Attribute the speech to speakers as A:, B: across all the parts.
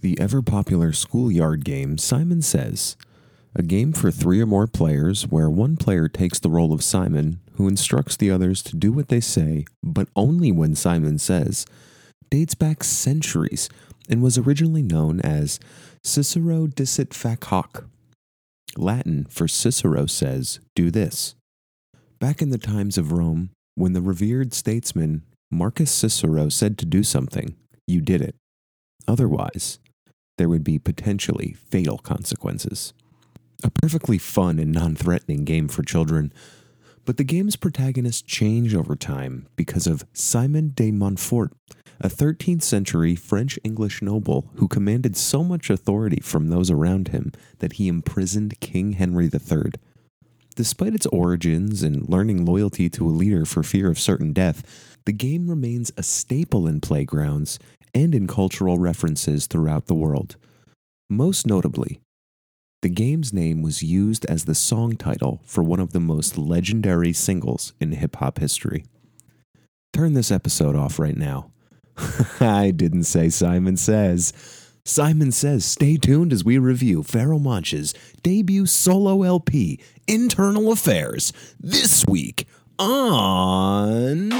A: the ever popular schoolyard game Simon Says, a game for three or more players where one player takes the role of Simon, who instructs the others to do what they say, but only when Simon says, dates back centuries and was originally known as Cicero dicit fac hoc. Latin for Cicero says, do this. Back in the times of Rome, when the revered statesman Marcus Cicero said to do something, you did it. Otherwise, there would be potentially fatal consequences. A perfectly fun and non threatening game for children, but the game's protagonists change over time because of Simon de Montfort, a 13th century French English noble who commanded so much authority from those around him that he imprisoned King Henry III. Despite its origins and learning loyalty to a leader for fear of certain death, the game remains a staple in playgrounds and in cultural references throughout the world. Most notably, the game's name was used as the song title for one of the most legendary singles in hip hop history. Turn this episode off right now. I didn't say Simon Says. Simon Says, stay tuned as we review Pharaoh Monch's debut solo LP, Internal Affairs, this week on.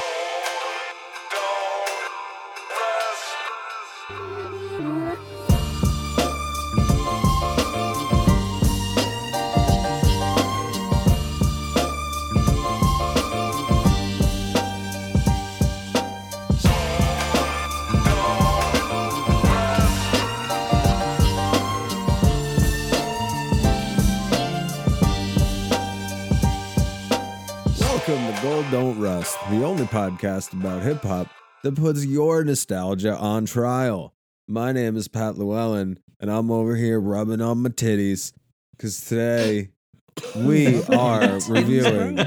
B: Welcome to Gold Don't Rust, the only podcast about hip hop that puts your nostalgia on trial. My name is Pat Llewellyn, and I'm over here rubbing on my titties because today we are reviewing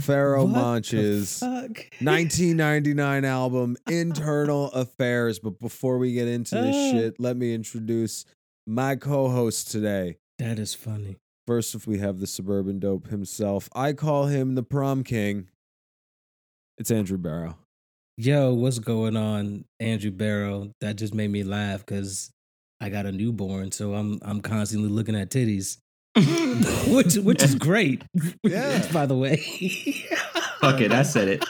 B: Pharaoh Monch's 1999 album Internal Affairs. But before we get into this
C: Ah.
B: shit, let me introduce my co host today.
C: That is funny.
B: First, if we have the suburban dope himself, I call him the prom king. It's Andrew Barrow.
C: Yo, what's going on, Andrew Barrow? That just made me laugh because I got a newborn, so I'm I'm constantly looking at titties, which which is great.
B: Yeah.
C: by the way.
D: Fuck it, I said it.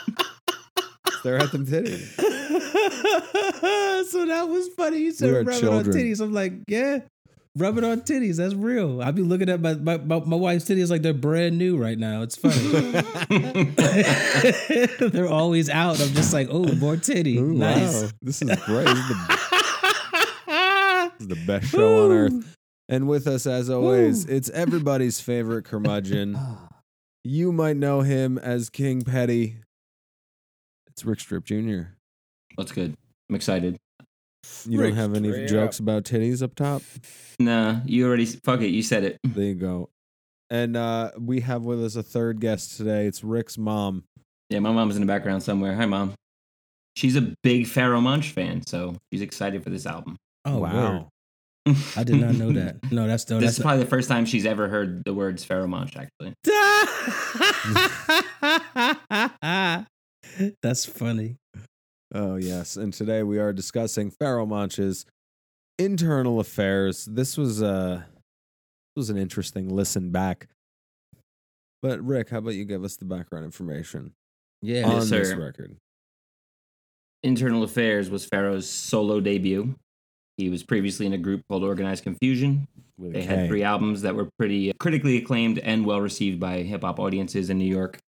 B: Stare at them titties.
C: so that was funny. You said
B: We are
C: rubbing
B: children.
C: on titties. I'm like, yeah, rubbing on titties. That's real. I be looking at my my, my, my wife's titties like they're brand new right now. It's funny. they're always out. I'm just like, oh, more titty.
B: Ooh,
C: nice.
B: Wow. This is great. This is, the, this is the best show on earth. And with us, as always, it's everybody's favorite curmudgeon. You might know him as King Petty. It's Rick Strip Jr. You
D: What's good? I'm excited.
B: don't have any jokes about titties up top?
D: Nah, you already fuck it. You said it.
B: There you go. And uh, we have with us a third guest today. It's Rick's mom.
D: Yeah, my mom's in the background somewhere. Hi, mom. She's a big Pharaoh Munch fan, so she's excited for this album.
C: Oh wow! I did not know that. No, that's the
D: this
C: that's.
D: is probably the first time she's ever heard the words Pharaoh Munch. Actually,
C: the- that's funny.
B: Oh, yes. And today we are discussing Pharaoh Monch's internal affairs. This was uh this was an interesting listen back. But Rick, how about you give us the background information
C: Yeah.
B: on
D: Yes,
B: this
D: sir.
B: record?
D: Internal Affairs was Pharaoh's solo debut. He was previously in a group called Organized Confusion,
B: With a
D: They
B: K.
D: had three albums that were pretty uh, critically acclaimed and well received by hip hop audiences in New York.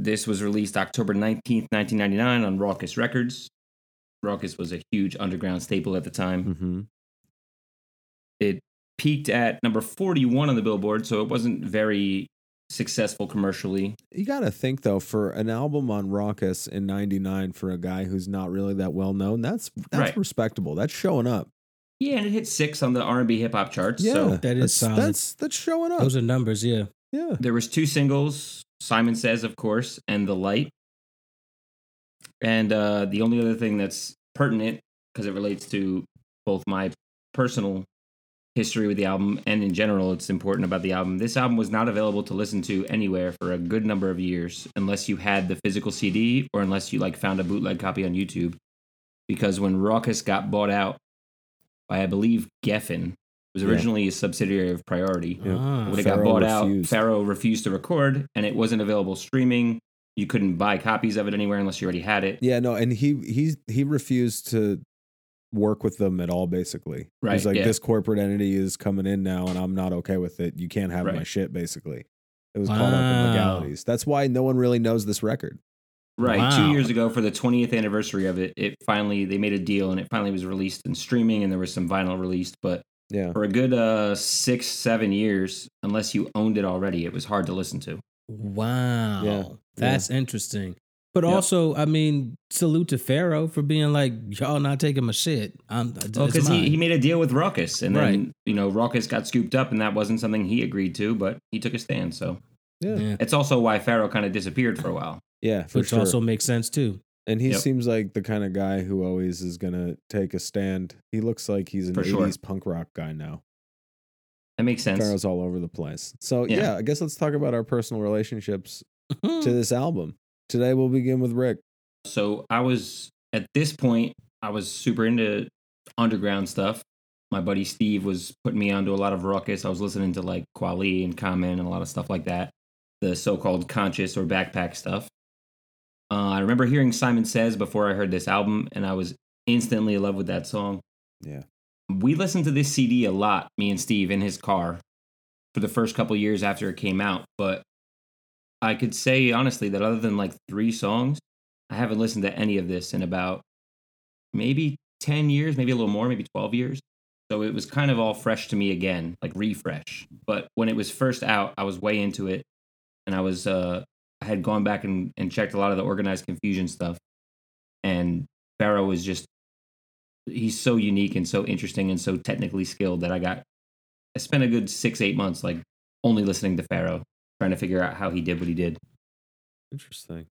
D: This was released October 19th, 1999 on Raucous Records. Raucous was a huge underground staple at the time.
B: Mhm.
D: It peaked at number 41 on the Billboard, so it wasn't very successful commercially.
B: You gotta think though, for an album on Raucous in '99 for a guy who's not really that well known, that's that's
D: Right.
B: respectable. That's showing up.
D: Yeah, and it hit 6 on the R&B hip hop charts.
B: Yeah,
D: So
C: That is
B: that's,
C: solid.
B: that's that's showing up.
C: Those are numbers. Yeah.
B: yeah,
D: there was two singles, Simon Says of course, and The Light. And uh, the only other thing that's pertinent, because it relates to both my personal history with the album and in general, it's important about the album. This album was not available to listen to anywhere for a good number of years, unless you had the physical CD or unless you like found a bootleg copy on YouTube. Because when Raucous got bought out by I believe Geffen. It was
A: Yeah.
D: originally a subsidiary of Priority.
A: Yeah.
C: Ah,
D: When it got
A: Pharaoh
D: bought
A: refused.
D: out, Pharaoh refused to record, and it wasn't available streaming. You couldn't buy copies of it anywhere unless you already had it.
B: Yeah, no, and he he he refused to work with them at all. Basically,
D: Right,
B: He's like,
D: yeah.
B: this corporate entity is coming in now, and I'm not okay with it. You can't have my
D: Right.
B: shit. Basically, it was caught up in
C: Wow.
B: legalities. That's why no one really knows this record.
D: Right. Two
C: Wow.
D: years ago, for the 20th anniversary of it, it finally they made a deal, and it finally was released in streaming, and there was some vinyl released. But
B: Yeah,
D: for a good uh, six, seven years, unless you owned it already, it was hard to listen to.
C: Wow.
B: Yeah,
C: That's interesting. But
B: Yeah.
C: also, I mean, salute to Pharaoh for being like, y'all not taking my shit. I'm uh,
B: Oh,
D: Well, because
C: because
D: he, he made a deal with Ruckus, and then you know Ruckus got scooped up, and that wasn't something he agreed to, but he took a stand. So
B: yeah, yeah,
C: yeah,
D: it's also why Pharaoh kind of disappeared for a while.
B: for
C: which
B: sure.
C: also makes sense too.
B: and he
D: Yep.
B: seems like the kind of guy who always is gonna take a stand. He looks like he's an
D: For
B: '80s
D: sure.
B: punk rock guy now.
D: That makes sense.
B: Pharaoh's all over the place. So
D: Yeah. Hmm.
B: yeah, I guess let's talk about our personal relationships to
C: Mhm.
B: this album. Today we'll begin with Rick.
D: So I was at this point, I was super into underground stuff. My buddy Steve was putting me onto a lot of ruckus. I was listening to like Quali and Common and a lot of stuff like that, the so-called conscious or backpack stuff. Uh, I remember hearing Simon Says before I heard this album, and I was instantly in love with that song.
B: Yeah.
D: we listened to this CD a lot, me and Steve, in his car for the first couple years after it came out. But I could say honestly that other than like three songs, I haven't listened to any of this in about maybe 10 years, maybe a little more, maybe 12 years. So it was kind of all fresh to me again, like refresh. But when it was first out, I was way into it and I was, uh, I had gone back and, and checked a lot of the organized confusion stuff. And Pharaoh was just, he's so unique and so interesting and so technically skilled that I got, I spent a good six, eight months like only listening to Pharaoh, trying to figure out how he did what he did.
B: Interesting.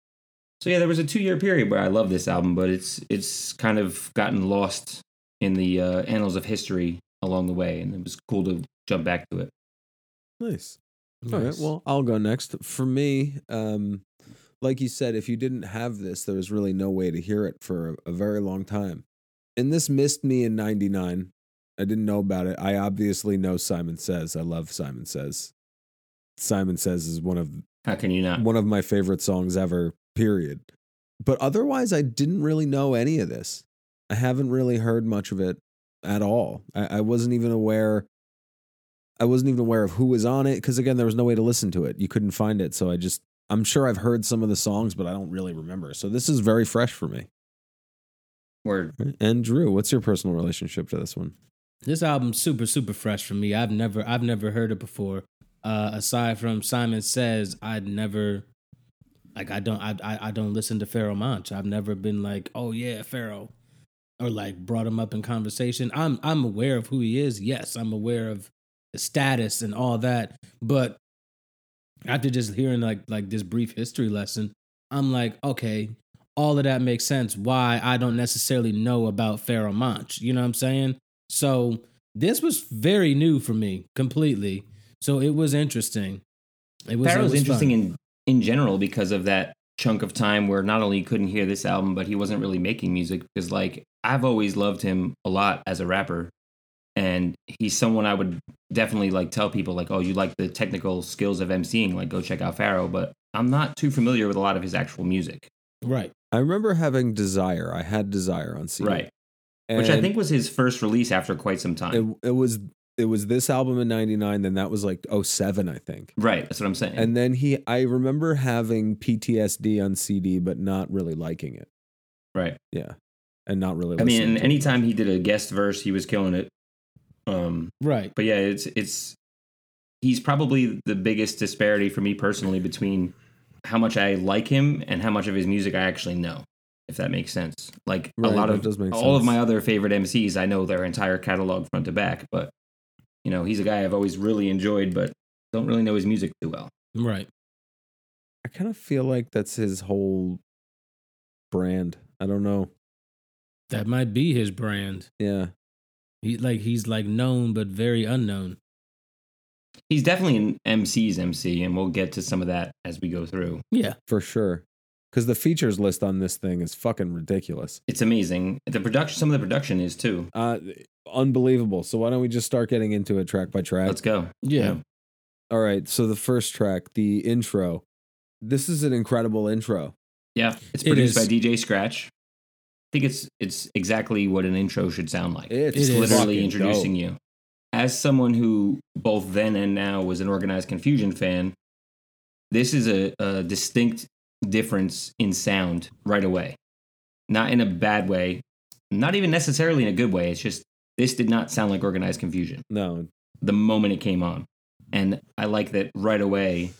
D: So yeah, there was a two year period where I loved this album, but it's it's kind of gotten lost in the uh, annals of history along the way, and it was cool to jump back to it.
B: Nice. All right.
C: Nice.
B: Well, I'll go next. For me, um, like you said, if you didn't have this, there was really no way to hear it for a, a very long time. And this missed me in '99. I didn't know about it. I obviously know Simon Says. I love Simon Says. Simon Says is one of
D: How can you not?
B: one of my favorite songs ever, period. But otherwise, I didn't really know any of this. I haven't really heard much of it at all. I, I wasn't even aware. I wasn't even aware of who was on it because again, there was no way to listen to it. You couldn't find it, so I just. I'm sure I've heard some of the songs, but I don't really remember. So this is very fresh for me.
D: Word.
B: And Drew, what's your personal relationship to this one?
C: This album's super, super fresh for me. I've never I've never heard it before. Uh aside from Simon Says, I'd never like I don't I I, I don't listen to Pharaoh Monch. I've never been like, oh yeah, Pharaoh. Or like brought him up in conversation. I'm I'm aware of who he is. Yes, I'm aware of the status and all that. But after just hearing like like this brief history lesson, I'm like, okay, all of that makes sense. Why I don't necessarily know about Pharaoh Monch. You know what I'm saying? So this was very new for me completely. So it was interesting. It was, it
D: Pharaoh's
C: was
D: interesting
C: fun.
D: in in general because of that chunk of time where not only you couldn't hear this album, but he wasn't really making music because like I've always loved him a lot as a rapper. And he's someone I would definitely like tell people like, oh, you like the technical skills of MCing, like go check out Pharaoh. But I'm not too familiar with a lot of his actual music.
C: right.
B: I remember having Desire. I had Desire on CD.
D: Right. Which I
B: And-
D: think was his first release after quite some time.
B: it, it was it was this album in 99 then that was like 07 i think
D: right. That's what I'm saying.
B: and then he i remember having ptsd on cd but not really liking it
D: right.
B: yeah and not really
D: I
B: listening
D: mean,
B: to it.
D: anytime he did a guest verse, he was killing it. Um,
C: Right.
D: but yeah, it's it's he's probably the biggest disparity for me personally between how much I like him and how much of his music I actually know. If that makes sense. Like
B: Right,
D: a lot
B: that
D: of
B: does make
D: all of
B: sense.
D: my other favorite MCs, I know their entire catalog front to back. But you know, he's a guy I've always really enjoyed, but don't really know his music too well.
C: Right.
B: i kind of feel like that's his whole brand i don't know
C: That might be his brand.
B: yeah
C: He like he's like known but very unknown.
D: He's definitely an MC's MC, and we'll get to some of that as we go through.
C: Yeah.
B: for sure Because the features list on this thing is fucking ridiculous.
D: It's amazing. The production, some of the production is too.
B: Uh, unbelievable. So why don't we just start getting into it track by track?
D: Let's go.
C: Yeah.
B: All right. So the first track, the intro. This is an incredible intro.
D: Yeah, it's
C: It
D: produced
C: is.
D: by DJ Scratch. I think it's it's exactly what an intro should sound like.
B: It's
C: It is.
D: literally
B: fucking
D: introducing
B: dope.
D: you. As someone who both then and now was an organized confusion fan, this is a, a distinct difference in sound right away. Not in a bad way, not even necessarily in a good way. It's just this did not sound like organized confusion
B: No,
D: the moment it came on. And I like that right away,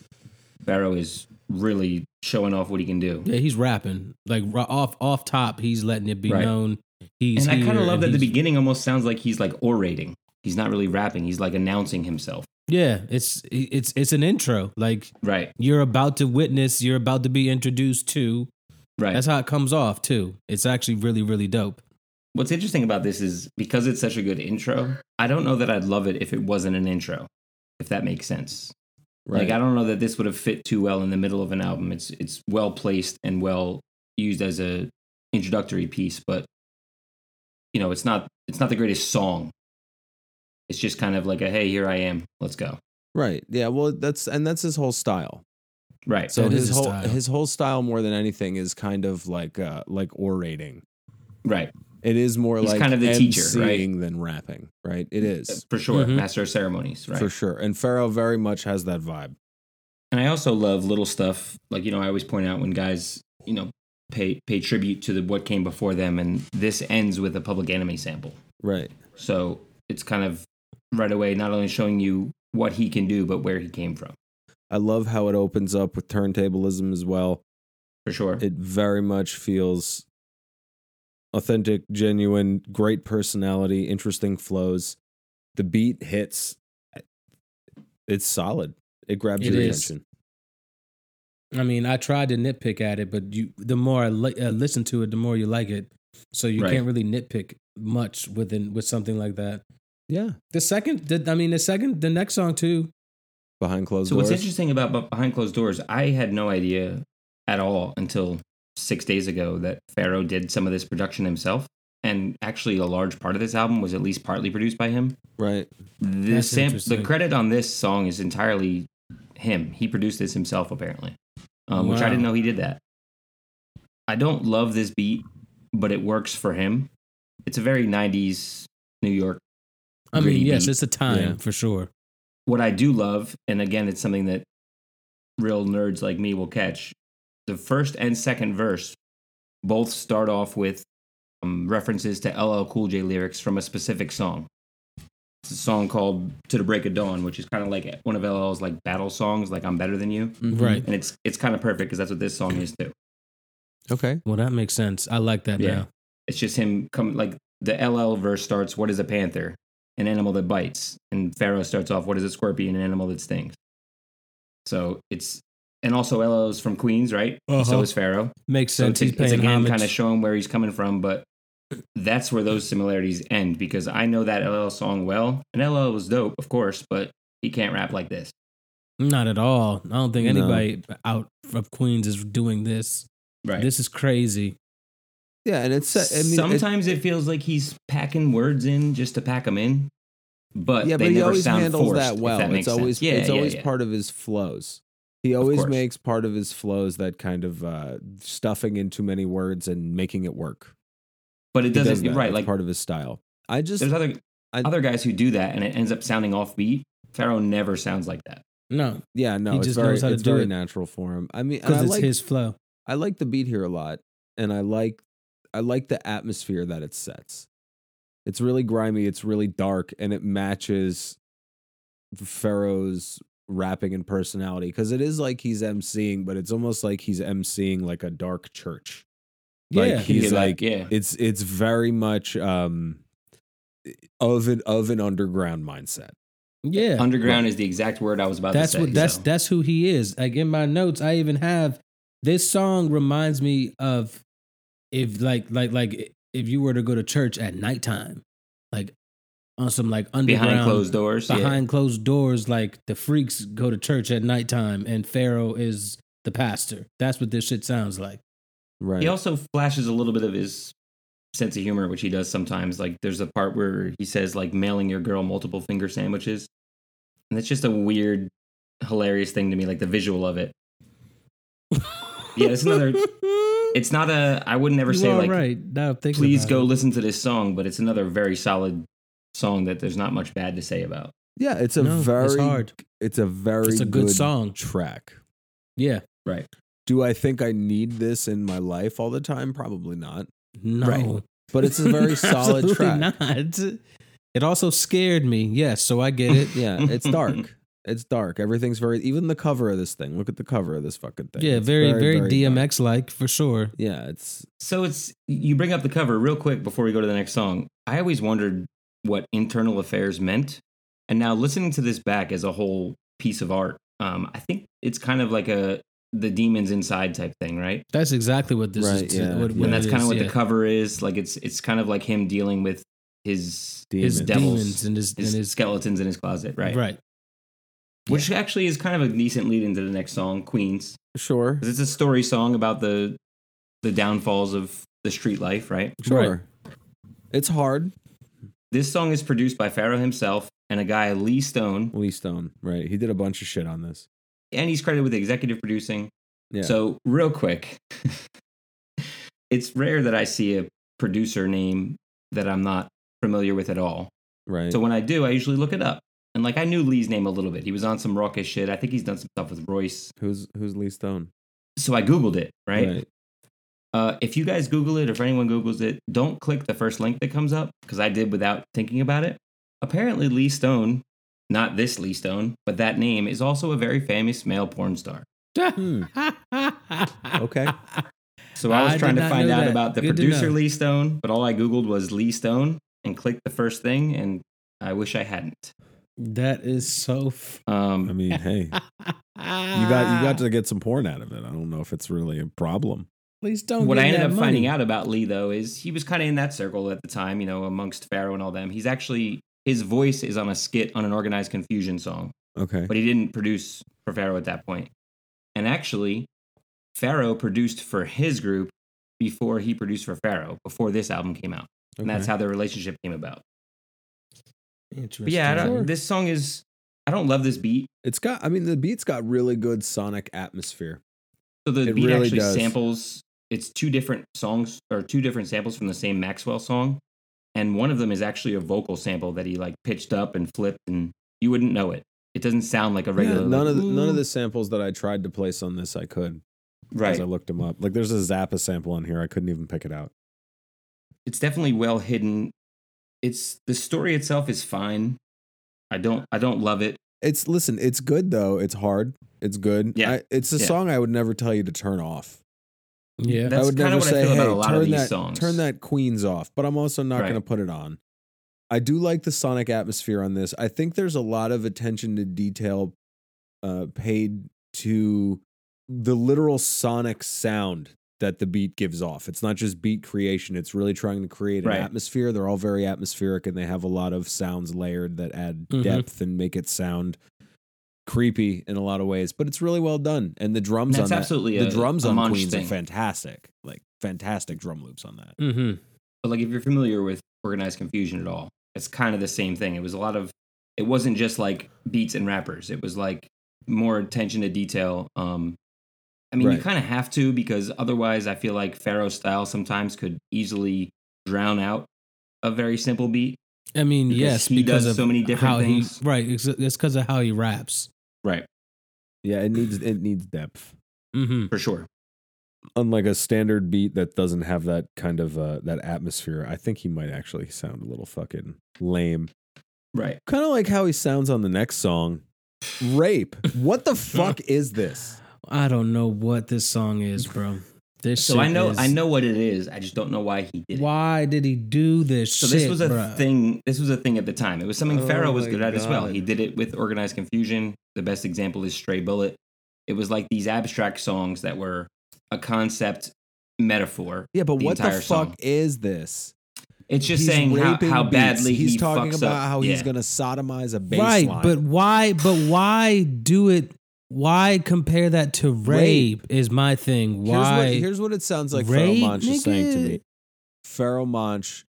D: Barrow is really showing off what he can do.
C: Yeah, he's rapping. Like ri- off off top, he's letting it be
D: Right.
C: known. He's
D: And I kind
C: here
D: of love
C: and
D: that the
C: he's-
D: beginning almost sounds like he's like orating. He's not really rapping, he's like announcing himself.
C: Yeah, it's it's it's an intro. Like
D: Right,
C: you're about to witness, you're about to be introduced to.
D: right.
C: That's how it comes off too. It's actually really really dope.
D: What's interesting about this is because it's such a good intro, I don't know that I'd love it if it wasn't an intro, if that makes sense.
B: right.
D: Like I don't know that this would have fit too well in the middle of an album. It's it's well placed and well used as a introductory piece, but you know, it's not it's not the greatest song. It's just kind of like a hey, here I am, let's go.
B: right. Yeah. Well, that's and that's his whole style.
D: Right.
B: So
C: That
B: his
C: is his
B: whole
C: style.
B: his whole style more than anything is kind of like uh like orating.
D: Right. Uh,
B: It is more
D: He's
B: like
D: kind of the teacher, right?
B: MCing than rapping, right? It is
D: For sure.
C: Mhm.
D: Master of ceremonies, right?
B: for sure. And Pharaoh very much has that vibe.
D: And I also love little stuff. Like, you know, I always point out when guys, you know, pay pay tribute to the, what came before them and this ends with a public enemy sample.
B: Right.
D: So it's kind of right away not only showing you what he can do, but where he came from.
B: I love how it opens up with turntablism as well.
D: For sure.
B: It very much feels authentic, genuine, great personality, interesting flows. The beat hits. It's solid. It grabs
C: It
B: your
C: is.
B: attention.
C: I mean, I tried to nitpick at it, but you the more I li- uh, listen to it, the more you like it. So you
D: Right.
C: can't really nitpick much within with something like that.
B: Yeah.
C: The second, the, I mean, the second, the next song too.
B: Behind closed
D: so
B: doors.
D: what's interesting about Be- behind closed doors, I had no idea at all until six days ago that Pharaoh did some of this production himself. And actually, a large part of this album was at least partly produced by him.
B: Right.
D: The,
C: That's
D: sam- the
C: interesting.
D: credit on this song is entirely him. He produced this himself, apparently, um, which I
C: Wow.
D: didn't know he did that. I don't love this beat, but it works for him. It's a very 90s New York
C: I mean,
D: Gritty
C: yes,
D: beat.
C: it's a time
B: Yeah.
C: for sure.
D: what I do love, and again, it's something that real nerds like me will catch. The first and second verse both start off with um, references to LL Cool J lyrics from a specific song. It's a song called "To the Break of Dawn," which is kind of like one of LL's like battle songs, like "I'm Better Than You,"
C: Right.
D: and it's it's kind of perfect because that's what this song is too.
B: Okay.
C: Well, that makes sense. I like that
D: Yeah.
C: now.
D: It's just him come like the LL verse starts, "What is a panther? An animal that bites." And Pharaoh starts off, "What is a scorpion? An animal that stings." So it's and also LL is from Queens, right? So
C: Uh-huh.
D: is Pharaoh.
C: Makes
D: So
C: sense.
D: it's,
C: He's
D: it's
C: paying
D: again
C: homage.
D: kind of showing where he's coming from, but that's where those similarities end because I know that LL song well, and LL was dope, of course, but he can't rap like this.
C: Not at all. I don't think
B: No.
C: anybody out of Queens is doing this.
D: Right.
C: This is crazy.
B: Yeah, and it's I mean, it-
D: Sometimes it, feels like he's packing words in just to pack them in, but
B: yeah,
D: they
B: but he
D: never
B: always
D: sound
B: handles
D: forced,
B: that
D: if
B: well. it's
D: makes
B: always
D: sense. Yeah,
B: it's
D: yeah,
B: always
D: yeah.
B: part of his flows. He always
D: course.
B: makes part of his flows that kind of uh, stuffing in too many words and making it work.
D: but it
B: He does
D: doesn't
B: that.
D: right
B: It's
D: like
B: part of his style. I just
D: there's other
B: I-
D: other guys who do that and it ends up sounding offbeat. Pharaoh never sounds like that.
C: No,
B: yeah no,
C: he
B: it's
C: just
B: very
C: knows how to
B: it's
C: do
B: very
C: it.
B: natural for him. I mean, and I
C: because it's
B: like
C: his flow.
B: I like the beat here a lot, and I like I like the atmosphere that it sets. It's really grimy, it's really dark, and it matches Pharaoh's rapping and personality because it is like he's emceeing, but it's almost like he's emceeing like a dark church. Like,
C: yeah.
B: He's
D: Yeah,
B: like-
D: yeah,
B: It's it's very much um of an of an underground mindset.
C: yeah.
D: underground is the exact word I was about
C: that's
D: to say.
C: what that's
D: so.
C: that's who he is. Like in my notes, I even have this song reminds me of if like like like if you were to go to church at nighttime, like on some like underground
D: behind closed doors. yeah.
C: behind closed doors, like the freaks go to church at nighttime and Pharaoh is the pastor. That's what this shit sounds like.
B: Right.
D: He also flashes a little bit of his sense of humor, which he does sometimes. Like there's a part where he says like mailing your girl multiple finger sandwiches, and it's just a weird, hilarious thing to me. Like the visual of it. yeah, it's another. It's not a. I would never
C: You
D: say
C: are
D: like
C: right. Now I'm thinking
D: please
C: about
D: go
C: it.
D: listen to this song, but it's another very solid song that there's not much bad to say about.
B: yeah, it's a
C: No, it's
B: very
C: hard.
B: it's a very
C: It's a good song.
B: track.
C: Yeah.
D: Right.
B: Do I think I need this in my life all the time? Probably not.
C: No.
B: Right. But it's a very solid
C: Absolutely
B: track.
C: Not. It also scared me. Yes, so I get it.
B: Yeah, it's dark. it's dark. Everything's very even the cover of this thing. Look at the cover of this fucking thing.
C: yeah,
B: It's
C: very, very,
B: dark.
C: DMX like for sure.
B: Yeah, it's
D: So it's you bring up the cover real quick before we go to the next song. I always wondered what internal affairs meant, and now listening to this back as a whole piece of art, um, I think it's kind of like a the demons inside type thing, right?
C: That's exactly what this
B: Right,
C: is. to-
B: yeah,
C: what,
B: yeah.
C: what
D: and that's
C: it
D: kind of
C: is,
D: what
C: yeah.
D: the cover is. Like it's it's kind of like him dealing with his
C: his
B: demon.
D: devils,
C: demons and his,
D: his,
C: and his
D: skeletons in his closet, right?
C: right.
D: Which actually is kind of a decent lead into the next song, Queens.
B: sure.
D: 'Cause it's a story song about the the downfalls of the street life, right?
B: Sure. It's hard.
D: This song is produced by Pharoah himself and a guy Lee Stone,
B: Lee Stone, right? He did a bunch of shit on this.
D: and he's credited with executive producing.
B: Yeah.
D: So, real quick, it's rare that I see a producer name that I'm not familiar with at all.
B: right.
D: So when I do, I usually look it up. And like I knew Lee's name a little bit. He was on some raucous shit. I think he's done some stuff with Royce.
B: who's who's Lee Stone?
D: So I Googled it, right? Uh, if you guys Google it, if anyone Googles it, don't click the first link that comes up because I did without thinking about it. Apparently, Lee Stone, not this Lee Stone, but that name, is also a very famous male porn star.
B: Hmm. Okay.
D: So I was
C: I
D: trying
C: did
D: to
C: not
D: find
C: know
D: out
C: that.
D: about the
C: Good to
D: producer
C: know.
D: Lee Stone, but all I Googled was Lee Stone and clicked the first thing, and I wish I hadn't.
C: That is so. F-
D: Um,
B: I mean, hey, you got you got to get some porn out of it. I don't know if it's really a problem.
C: Please don't.
D: what
C: give
D: I
C: me
D: ended
C: that
D: up finding
C: money.
D: out about Lee though is he was kind of in that circle at the time, you know, amongst Pharaoh and all them. He's actually his voice is on a skit on an organized confusion song,
B: Okay.
D: but he didn't produce for Pharaoh at that point. And actually, Pharaoh produced for his group before he produced for Pharaoh before this album came out, and that's how their relationship came about.
C: Interesting.
D: But yeah, I
B: Sure.
D: don't, this song is I don't love this beat.
B: it's got I mean the beat's got really good sonic atmosphere.
D: So the
B: It
D: beat
B: really
D: actually
B: does.
D: samples. It's two different songs or two different samples from the same Maxwell song, and one of them is actually a vocal sample that he like pitched up and flipped, and you wouldn't know it. It doesn't sound like a regular.
B: Yeah, none
D: like,
B: of the, none of
D: "Ooh."
B: the samples that I tried to place on this I could as
D: right.
B: I looked them up. Like there's a Zappa sample on here I couldn't even pick it out.
D: It's definitely well hidden. It's the story itself is fine. I don't I don't love it.
B: It's listen, it's good though. It's hard. It's good.
D: Yeah.
B: I, it's a
D: Yeah.
B: song I would never tell you to turn off.
C: Yeah.
D: That's
B: I would
D: kinda
B: never
D: what I
B: say,
D: feel
B: hey,
D: about a lot
B: turn
D: of these
B: that,
D: songs."
B: Turn that Queens off, but I'm also not
D: Right.
B: going to put it on. I do like the sonic atmosphere on this. I think there's a lot of attention to detail uh, paid to the literal sonic sound that the beat gives off. It's not just beat creation, it's really trying to create an
D: Right.
B: atmosphere. They're all very atmospheric and they have a lot of sounds layered that add
C: Mhm.
B: depth and make it sound creepy in a lot of ways, but it's really well done. And the drums
D: That's
B: on that,
D: absolutely
B: the
D: a-
B: drums
D: a
B: on
D: Munch
B: Queens are
D: thing.
B: fantastic, like fantastic drum loops on that.
C: Mm-hmm.
D: But like if you're familiar with organized confusion at all, it's kind of the same thing. It was a lot of it wasn't just like beats and rappers. It was like more attention to detail. Um I mean you
B: Right.
D: kind of have to because otherwise I feel like Pharaoh style sometimes could easily drown out a very simple beat.
C: I mean,
D: Because
C: yes,
D: he
C: because
D: does
C: of
D: so many different
C: how
D: things.
C: He, right, it's because of how he raps.
D: Right.
B: Yeah, it needs it needs depth.
C: Mm-hmm.
D: For sure.
B: Unlike a standard beat that doesn't have that kind of uh, that atmosphere, I think he might actually sound a little fucking lame.
D: Right.
B: Kind of like how he sounds on the next song, "Rape." What the fuck is this?
C: I don't know what this song is, bro. This
D: So
C: shit
D: I know
C: is-
D: I know what it is. I just don't know why he did it.
C: why did he do this.
D: So
C: shit,
D: this was a
C: bruh?
D: thing. This was a thing at the time. It was something
B: Oh
D: Pharaoh was
B: my
D: good at as well.
B: God.
D: He did it with organized confusion. The best example is Stray Bullet. It was like these abstract songs that were a concept metaphor.
B: Yeah, but
D: The
B: what the
D: entire
B: fuck
D: song.
B: is this?
D: It's just
B: He's
D: saying how,
B: raping
D: how
B: beats.
D: badly
B: he's
D: he
B: talking
D: fucks
B: about
D: up.
B: how he's
D: Yeah.
B: gonna sodomize a baseline.
C: Right, but why? But why do it Why compare that to rape, is my thing. Why?
B: Here's what, here's what it sounds like
C: Rape,
B: Feral Monch is saying to
C: nigga.
B: me. Feral Monch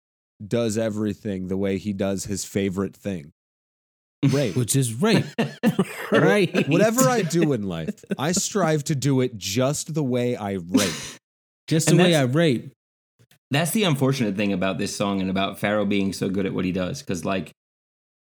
B: does everything the way he does his favorite thing. Rape.
C: which is rape. right.
B: Whatever I do in life, I strive to do it just the way I rape.
C: Just the
D: And
C: way I
D: that's-
C: rape.
D: That's the unfortunate thing about this song and about Pharaoh being so good at what he does. Because, like,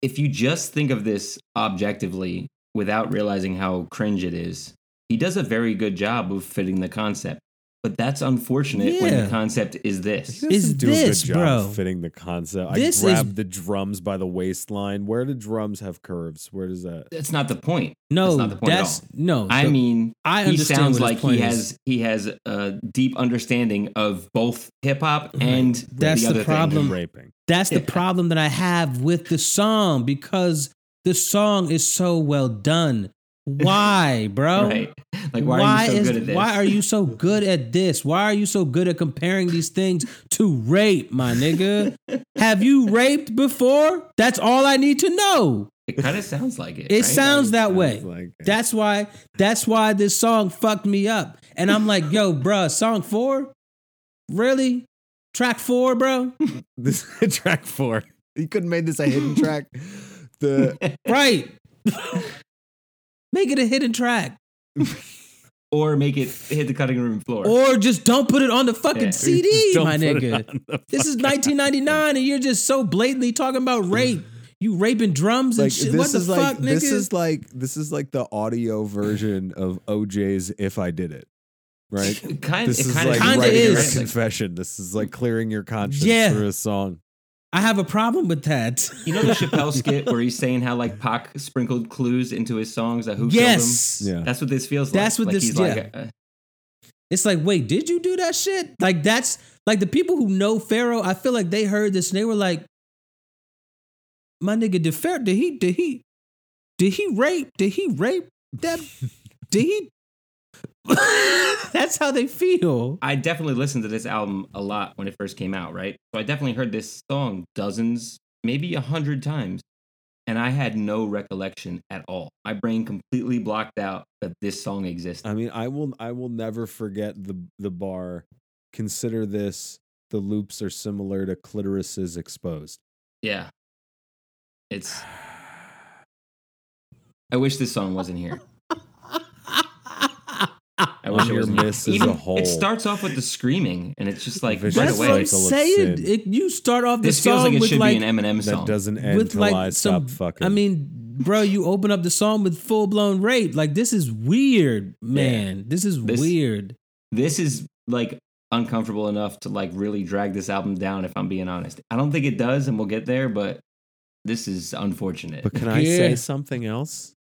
D: if you just think of this objectively without realizing how cringe it is, he does a very good job of fitting the concept. But that's unfortunate when
C: Yeah.
D: the concept is this.
B: He doesn't
C: Is
B: do a good
C: this,
B: job
C: bro?
B: fitting the concept?
C: This is-
B: I grabbed the drums by the waistline. Where do drums have curves? Where does that?
D: That's not the point.
C: No,
D: that's
C: that's,
D: not the point at all.
C: no.
D: I
C: the-
D: mean,
C: Oh, I
D: he
C: understand
D: sounds
C: what his
D: like
C: point
D: he
C: is.
D: has he has a deep understanding of both hip hop and
C: That's
D: the
C: the
D: other thing.
C: problem.
B: Raping.
C: That's the
D: Yeah.
C: problem that I have with the song because the song is so well done. Why, bro?
D: Right? Like, why, are you so
C: is-
D: good at this?
C: Why are you so good at this? Why are you so good at comparing these things to rape, my nigga? Have you raped before? That's all I need to know.
D: It kind of sounds like it.
C: It
D: right?
C: sounds that
B: Sounds
C: way.
B: like it.
C: That's why that's why this song fucked me up. And I'm like, yo, bruh, song four? Really? Track four, bro?
B: this track four. He could have made this a hidden track. The
C: Right. Make it a hidden track.
D: or make it hit the cutting room floor.
C: Or just don't put it on the fucking
D: Yeah.
C: CD,
B: Just don't
C: my
B: put it
C: nigga.
B: on the
C: This is 1999 and you're just so blatantly talking about rape. You raping drums and
B: like
C: shit.
B: this
C: What the
B: is
C: fuck,
B: like
C: nigga?
B: this is like this is like the audio version of OJ's "If I Did It," right?
D: kind,
B: This
D: it
B: is
D: kinda
B: like
C: Kinda
D: sounds
B: writing a
D: it,
C: is.
D: right? Like,
B: confession. This is like clearing your conscience
C: Yeah.
B: through a song.
C: I have a problem with that.
D: you know the Chappelle skit where he's saying how like Pac sprinkled clues into his songs that who
C: yes.
D: killed him. That's what this feels
C: That's
D: like.
C: what
D: Like,
C: this-
D: he's
C: yeah.
D: like, uh,
C: It's like, wait, did you do that shit? Like that's like the people who know Pharaoh. I feel like they heard this and they were like, "My nigga, did Pharaoh? Did he? Did he? Did he rape? Did he rape that? did he?" that's how they feel.
D: I definitely listened to this album a lot when it first came out, right? So I definitely heard this song dozens, maybe a hundred times, and I had no recollection at all. My brain completely blocked out that this song existed.
B: I mean, I will I will never forget the the bar. Consider this the loops are similar to clitorises exposed.
D: Yeah. It's. I wish this song wasn't here. I wish it
B: Your
D: was not
B: miss is
D: Even,
B: a whole-
D: It starts off with the screaming, and it's just like
B: Vicious
D: right
C: That's what
D: away.
C: I'm
B: cycle of
C: saying.
B: sin.
C: It, you start off the
D: This feels
C: song
D: like it
C: with
D: should
C: like
D: be an Eminem
B: That
D: song.
B: doesn't end
C: with
B: till
C: like
B: I
C: some,
B: stop fucking.
C: I mean, bro, you open up the song with full blown rape. Like this is weird, man. This is
D: This-
C: weird.
D: This is like uncomfortable enough to like really drag this album down. If I'm being honest, I don't think it does, and we'll get there. But this is unfortunate.
B: but can I say
C: Yeah.
B: something else?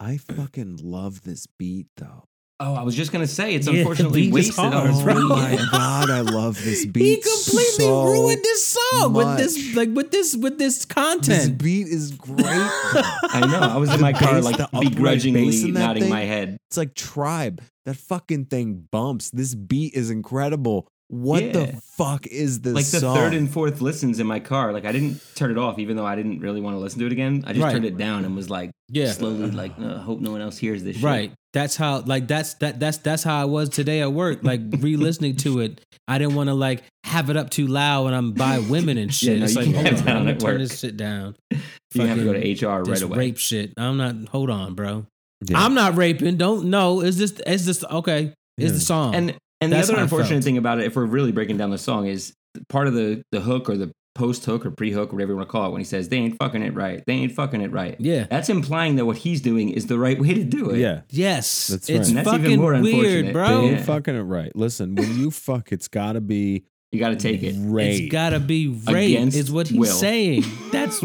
B: I fucking love this beat though.
D: oh, I was just gonna say it's
C: Yeah, the beat
D: unfortunately
C: is
D: wasted on
C: hard,
D: its
C: bro.
B: Oh
D: really-
B: my god, I love this beat.
C: he completely
B: so
C: ruined this song with this
B: much.
C: like with this with this
B: This
C: content.
B: beat is great.
D: I know. I was in my car
B: bass,
D: like
B: the upright bass
D: begrudgingly
B: in that
D: nodding
B: thing.
D: my head.
B: It's like Tribe. That fucking thing bumps. This beat is incredible. What
D: Yeah.
B: the fuck is this
D: like the
B: song?
D: third and fourth listens in my car. Like I didn't turn it off, even though I didn't really want to listen to it again. I just
C: Right.
D: turned it down and was like
C: Yeah.
D: slowly, like "Uh, I hope no one else hears this. shit."
C: Right. That's how like that's that that's that's how I was today at work. Like re-listening to it. I didn't want to like have it up too loud when I'm by women and shit.
D: no,
C: it's
D: you
C: like,
D: can't
C: hold
D: have
C: on,
D: it
C: I'm
D: on
C: gonna
D: at
C: turn
D: work.
C: this shit down.
D: You have to go
C: Fucking
D: to HR right
C: this
D: away.
C: rape shit. I'm not hold on, bro.
B: Yeah.
C: I'm not raping. Don't know. Is this is this okay. Is
B: Yeah.
C: the song.
D: And and the
C: That's
D: other
C: how I
D: unfortunate
C: felt.
D: thing about it, if we're really breaking down the song, is part of the the hook or the post hook or pre hook, whatever you want to call it, when he says they ain't fucking it right, they ain't fucking it right.
C: yeah.
D: That's implying that what he's doing is the right way to do it.
B: yeah.
C: Yes.
B: That's right.
C: it's
D: And that's even
C: fucking
D: more
C: weird,
D: unfortunate.
C: bro.
B: They
D: Yeah.
B: ain't fucking it right. Listen, when you fuck, it's gotta be
D: you got to take it.
B: rape.
C: It's gotta be rape.
D: Against
C: is what he's
D: will.
C: saying. That's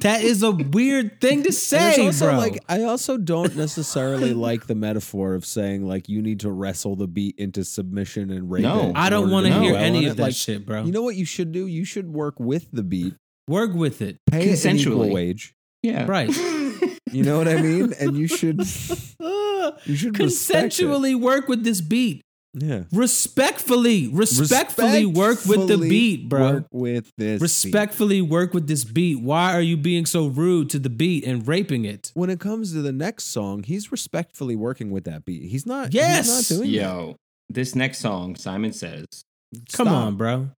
C: that is a weird thing to
B: And
C: say,
B: it's also
C: bro.
B: like I also don't necessarily like the metaphor of saying like you need to wrestle the beat into submission and rape.
D: No.
B: it in
C: I don't
B: order
C: want to
D: No,
C: hear
B: dwell
C: any
B: on
C: of
B: it.
C: that
B: Like,
C: shit, bro.
B: You know what you should do? You should work with the beat,
C: Work with it.
B: pay an equal
D: Consensually.
B: wage.
D: Yeah.
C: Right.
B: You know what I mean? And you should you should respect it.
C: Consensually Ah, work with this beat.
B: Yeah.
C: Respectfully, respectfully work with the
B: Respectfully
C: beat, bro.
B: Work with this. beat.
C: respectfully work with this beat. Why are you being so rude to the beat and raping it?
B: When it comes to the next song, he's respectfully working with that beat. He's not.
C: Yes!
B: He's not doing that.
D: Yo, this next song, Simon says,
C: Come
B: Stop.
C: on, bro.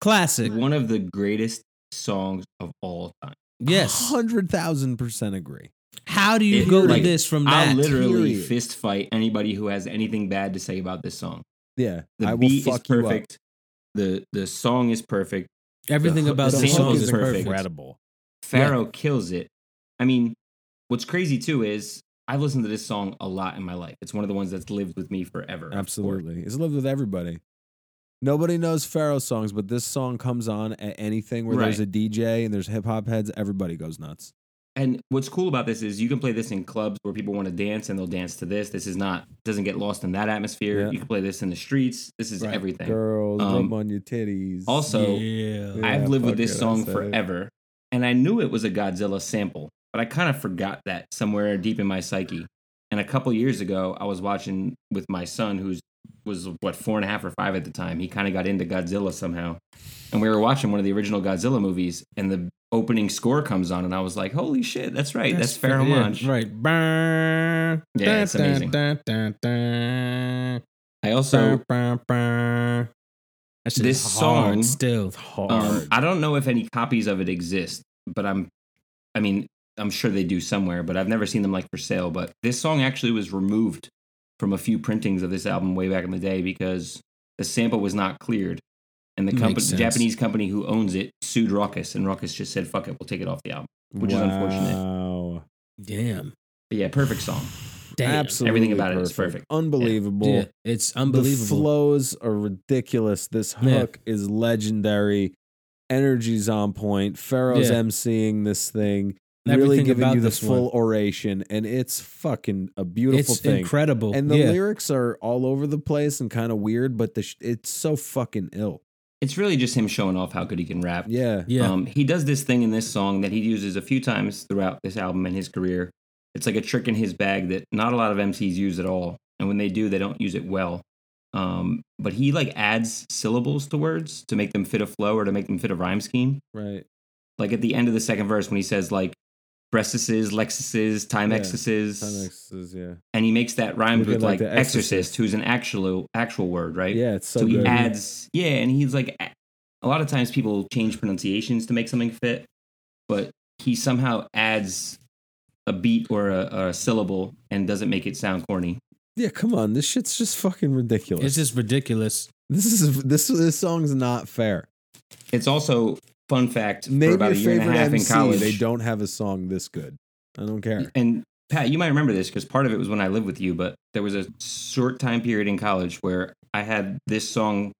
C: Classic.
D: one of the greatest songs of all time.
C: Yes.
B: Hundred thousand percent agree.
C: How do you
D: It-
C: go to
D: like,
C: this from
D: I'll
C: that?
D: literally
B: period.
D: fist fight anybody who has anything bad to say about this song.
B: Yeah.
D: The
B: I will
D: beat is
B: fuck you up.
D: perfect. The the song is perfect.
C: Everything
D: The-
C: about
D: the
C: the
D: sample
C: song
D: is
C: is
D: perfect.
C: perfect.
B: Incredible.
D: Pharaoh kills it. I mean, what's crazy too is I've listened to this song a lot in my life. It's one of the ones that's lived with me forever.
B: Absolutely. It's lived with everybody. Nobody knows Pharaoh songs, but this song comes on at anything where there's a
D: Right.
B: DJ and there's hip hop heads. Everybody goes nuts.
D: And what's cool about this is you can play this in clubs where people want to dance and they'll dance to this. This is not doesn't get lost in that atmosphere.
B: Yeah.
D: You can play this in the streets. This is
C: Right.
D: everything.
B: Girls,
D: Um,
B: rub on your titties.
D: Also,
C: yeah.
B: Yeah,
D: I've lived with
B: fuck
D: this
B: it, I
D: song
B: said it.
D: forever, and I knew it was a Godzilla sample, but I kind of forgot that somewhere deep in my psyche. And a couple years ago, I was watching with my son, who's was what four and a half or five at the time. He kind of got into Godzilla somehow, and we were watching one of the original Godzilla movies, and the opening score comes on, and I was like, "Holy shit, that's right, that's,
C: fair.
D: Pharaoh
C: yeah,
D: Monch."
C: Right. Burn.
D: Yeah, it's amazing.
C: Dun, dun, dun,
D: I also,
C: Burn, burn, burn. That shit
D: This
C: is hard
D: song,
C: still
D: um,
C: hard.
D: I don't know if any copies of it exist, but I'm, I mean, I'm sure they do somewhere, but I've never seen them like for sale. But this song actually was removed from a few printings of this album way back in the day because the sample was not cleared, and the
C: Makes
D: company,
C: sense.
D: Japanese company who owns it, sued Ruckus, and Ruckus just said, "Fuck it, we'll take it off the album." which is unfortunate.
B: Wow.
C: Damn.
D: But yeah, perfect song.
C: Damn.
B: Absolutely.
D: Everything about it is perfect.
B: Unbelievable.
C: Yeah, it's unbelievable.
B: The flows are ridiculous. This
C: Yeah.
B: hook is legendary. Energy's on point. Pharaoh's
C: Yeah.
B: emceeing this thing, really
C: Everything
B: giving
C: about
B: you the
C: this one.
B: full oration, and it's fucking a beautiful
C: it's
B: thing.
C: incredible.
B: And the
C: yeah.
B: lyrics are all over the place and kind of weird, but the sh- it's so fucking ill.
D: It's really just him showing off how good he can rap.
B: Yeah,
C: yeah.
D: Um, he does this thing in this song that he uses a few times throughout this album and his career. It's like a trick in his bag that not a lot of MCs use at all, and when they do, they don't use it well. Um, but he like adds syllables to words to make them fit a flow or to make them fit a rhyme scheme.
B: right.
D: Like at the end of the second verse, when he says like breastises, lexuses, timexuses,
B: Timex yeah,
D: and he makes that rhyme
B: Looking
D: with
B: like
D: like,
B: the
D: exorcist,
B: Exorcist.
D: who's an actual actual word, right?
B: yeah. It's so,
D: so, he
B: good.
D: adds yeah and he's like a lot of times people change pronunciations to make something fit but he somehow adds a beat or a, a syllable and doesn't make it sound corny
B: yeah, come on, this shit's just fucking ridiculous.
C: it's just ridiculous.
B: this is this this song's not fair.
D: it's also fun fact
B: Name
D: for about a
B: your
D: year and a
B: favorite
D: half
B: MC.
D: in college
B: They don't have a song this good. I don't care.
D: and pat you might remember this because part of it was when i lived with you but there was a short time period in college where i had this song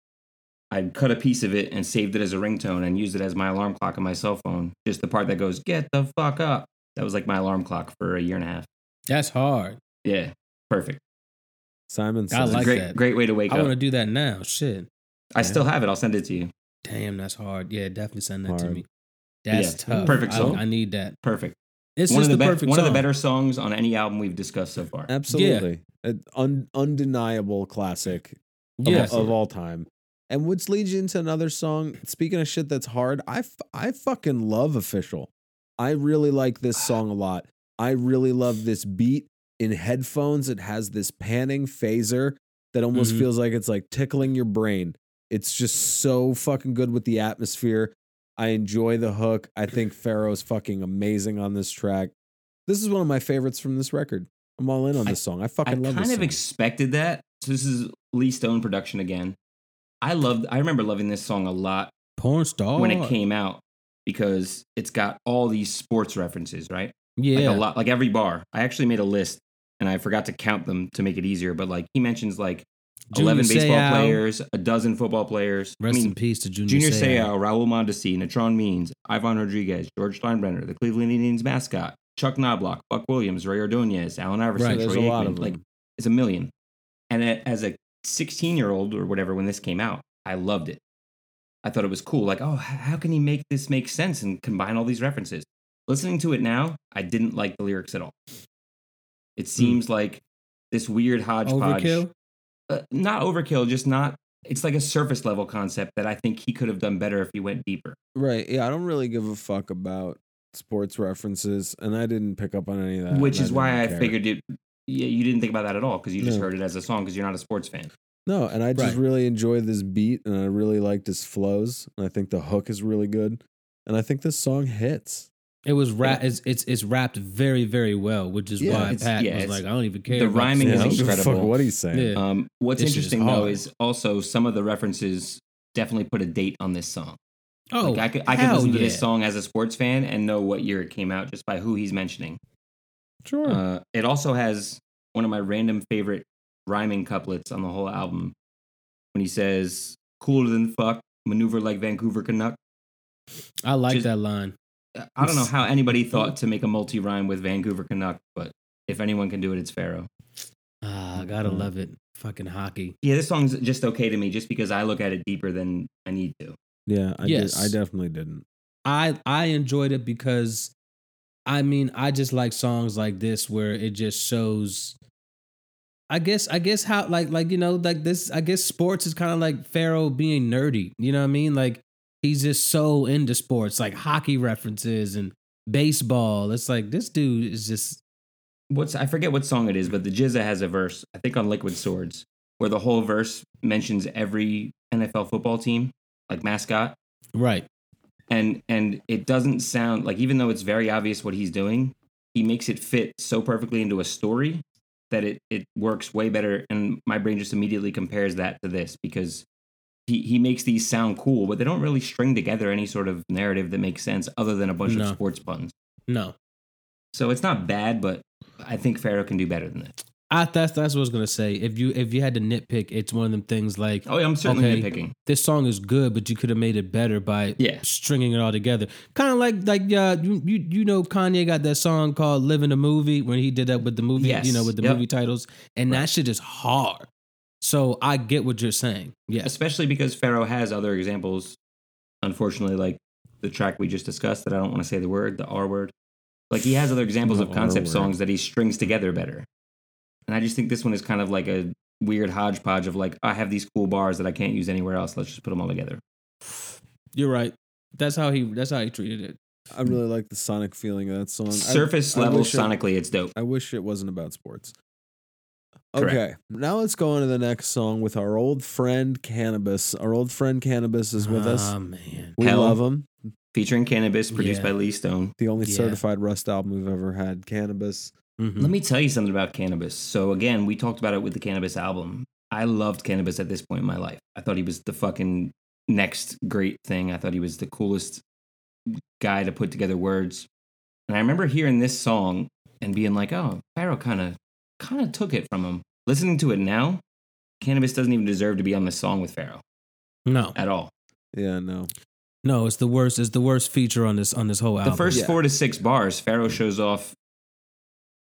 D: I'd cut a piece of it and saved it as a ringtone and used it as my alarm clock on my cell phone. Just the part that goes, get the fuck up. That was like my alarm clock for a year and a half.
C: That's hard.
D: Yeah, perfect.
B: Simon says,
C: I
D: It's a
C: like
D: great,
C: that.
D: great way to wake
C: I
D: up.
C: want to do that now. Shit.
D: I still have it. I'll send it to you.
C: Damn, that's hard. Yeah, definitely send that to
B: Hard.
C: me. That's
D: Yeah,
C: tough.
D: perfect
C: I-
D: song.
C: I, need that.
D: Perfect.
C: It's
D: one
C: just
D: of
C: the,
D: the, be-
C: perfect
D: one of the
C: song.
D: better songs on any album we've discussed so far.
B: absolutely an un- undeniable classic of,
C: Yeah.
B: of all time. And which leads you into another song. Speaking of shit that's hard, I, f- I fucking love Official. I really like this
D: Ah.
B: song a lot. I really love this beat in headphones. It has this panning phaser that almost
C: Mhm.
B: feels like it's like tickling your brain. It's just so fucking good with the atmosphere. I enjoy the hook. I think Pharaoh's fucking amazing on this track. This is one of my favorites from this record. I'm all in on
D: I-
B: this song. I
D: I,
B: fucking love
D: kind
B: this
D: of
B: song.
D: expected that. So this is Lee Stone production again. I loved. I remember loving this song a lot
C: Porn star.
D: when it came out because it's got all these sports references, right?
C: Yeah.
D: Like a lot, like every bar. I actually made a list and I forgot to count them to make it easier. But like he mentions, like
C: Junior
D: eleven baseball
C: Seau.
D: players, a dozen football players. I
C: Rest
D: mean,
C: in peace to Junior,
D: Junior
C: Seau.
D: Seau, Raul Mondesi, Natron Means, Ivan Rodriguez, George Steinbrenner, the Cleveland Indians mascot, Chuck Knobloch, Buck Williams, Ray Ordonez, Allen Iverson,
C: Right,
D: Troy
B: there's a lot
D: Aikman.
B: of them.
D: Like, it's a million. And a- as a 16 year old or whatever, when this came out, I loved it. I thought it was cool. Like, oh, h- how can he make this make sense and combine all these references? Listening to it now, I didn't
B: Hmm.
D: like the lyrics at all. It seems like this weird hodgepodge
C: Overkill.
D: uh, not overkill, just not. It's like a surface level concept that I think he could have done better if he went deeper.
B: Right. Yeah, I don't really give a fuck about sports references, and I didn't pick up on any of that.
D: which
B: and
D: is why I
B: didn't care.
D: figured it. Yeah, you didn't think about that at all because you just
B: No.
D: heard it as a song because you're not a sports fan.
B: No, and I just
C: Right.
B: really enjoy this beat, and I really liked his flows, and I think the hook is really good, and I think this song hits.
C: It was rap. It's, it's it's wrapped very very well, which is
B: Yeah,
C: why
D: it's-
C: Pat
D: yeah,
C: was
D: it's-
C: like, I don't even care.
D: the
C: about
D: rhyming
B: Yeah,
D: is
B: I
C: sports.
B: don't give a fuck
D: incredible.
B: what he's saying.
C: Yeah.
D: Um, what's
C: This shit is
D: interesting though
C: hard.
D: is also some of the references definitely put a date on this song.
C: Oh,
D: like I could I could
C: hell
D: listen to
C: yeah.
D: this song as a sports fan and know what year it came out just by who he's mentioning.
C: Hmm.
B: Sure.
D: Uh, it also has one of my random favorite rhyming couplets on the whole album when he says "cooler than fuck, maneuver like Vancouver Canuck."
C: I like
D: Just-
C: that line.
D: I don't know how anybody thought to make a multi rhyme with Vancouver Canuck, but if anyone can do it, it's Pharaoh.
C: Ah, I gotta love it. Fucking hockey.
D: Yeah, this song's just okay to me just because I look at it deeper than I need to.
B: yeah, I,
C: yes.
B: did, I definitely didn't.
C: I I enjoyed it because, I mean, I just like songs like this where it just shows. I guess I guess how like like you know like this I guess sports is kind of like Pharaoh being nerdy. You know what I mean? Like he's just so into sports, like hockey references and baseball. It's like this dude is just
D: what's I forget what song it is, but the Jizza has a verse, I think on Liquid Swords, where the whole verse mentions every NFL football team, like mascot.
C: right.
D: And and it doesn't sound like even though it's very obvious what he's doing, he makes it fit so perfectly into a story that it it works way better and my brain just immediately compares that to this because he, he makes these sound cool, but they don't really string together any sort of narrative that makes sense other than a bunch of
C: No.
D: sports puns.
C: No,
D: So it's not bad, but I think Pharaoh can do better than that.
C: I that's that's what I was gonna say. If you if you had to nitpick, it's one of them things like
D: Oh yeah, I'm certainly
C: Okay.
D: nitpicking.
C: this song is good, but you could have made it better by
D: Yeah.
C: stringing it all together. Kind of like like uh, you, you you know Kanye got that song called "Living the Movie" when he did that with the movie,
D: Yes.
C: you know, with the
D: Yep.
C: movie titles, and that shit is hard. So I get what you're saying. Yes,
D: especially because Pharaoh has other examples. Unfortunately, like the track we just discussed, that I don't want to say the word, the R word. Like he has other examples
B: The
D: of concept
B: R word.
D: songs that he strings together better. And I just think this one is kind of like a weird hodgepodge of like I have these cool bars that I can't use anywhere else. Let's just put them all together.
C: you're right. That's how he that's how he treated it.
B: I really like the sonic feeling of that song. I-
D: Surface
B: I
D: level
B: wish it-
D: sonically, it's dope.
B: I wish it wasn't about sports. Okay,
D: Correct.
B: now let's go on to the next song with our old friend Cannabis. Our old friend Cannabis is with us.
C: Oh man,
B: We
D: Hell.
B: love him.
D: Featuring cannabis, produced
C: Yeah.
D: by Lee Stone.
B: The only
C: Yeah.
B: certified Rust album we've ever had, Cannabis.
C: Mhm.
D: Let me tell you something about cannabis. So again, we talked about it with the cannabis album. I loved cannabis at this point in my life. I thought he was the fucking next great thing. I thought he was the coolest guy to put together words. And I remember hearing this song and being like, "Oh, Pharaoh kind of kind of took it from him." Listening to it now, cannabis doesn't even deserve to be on this song with Pharaoh
C: no,
D: at all.
B: Yeah, no.
C: no, it's the worst. It's the worst feature on this on this whole
D: The
C: album.
D: first
B: Yeah.
D: four to six bars, Pharaoh shows off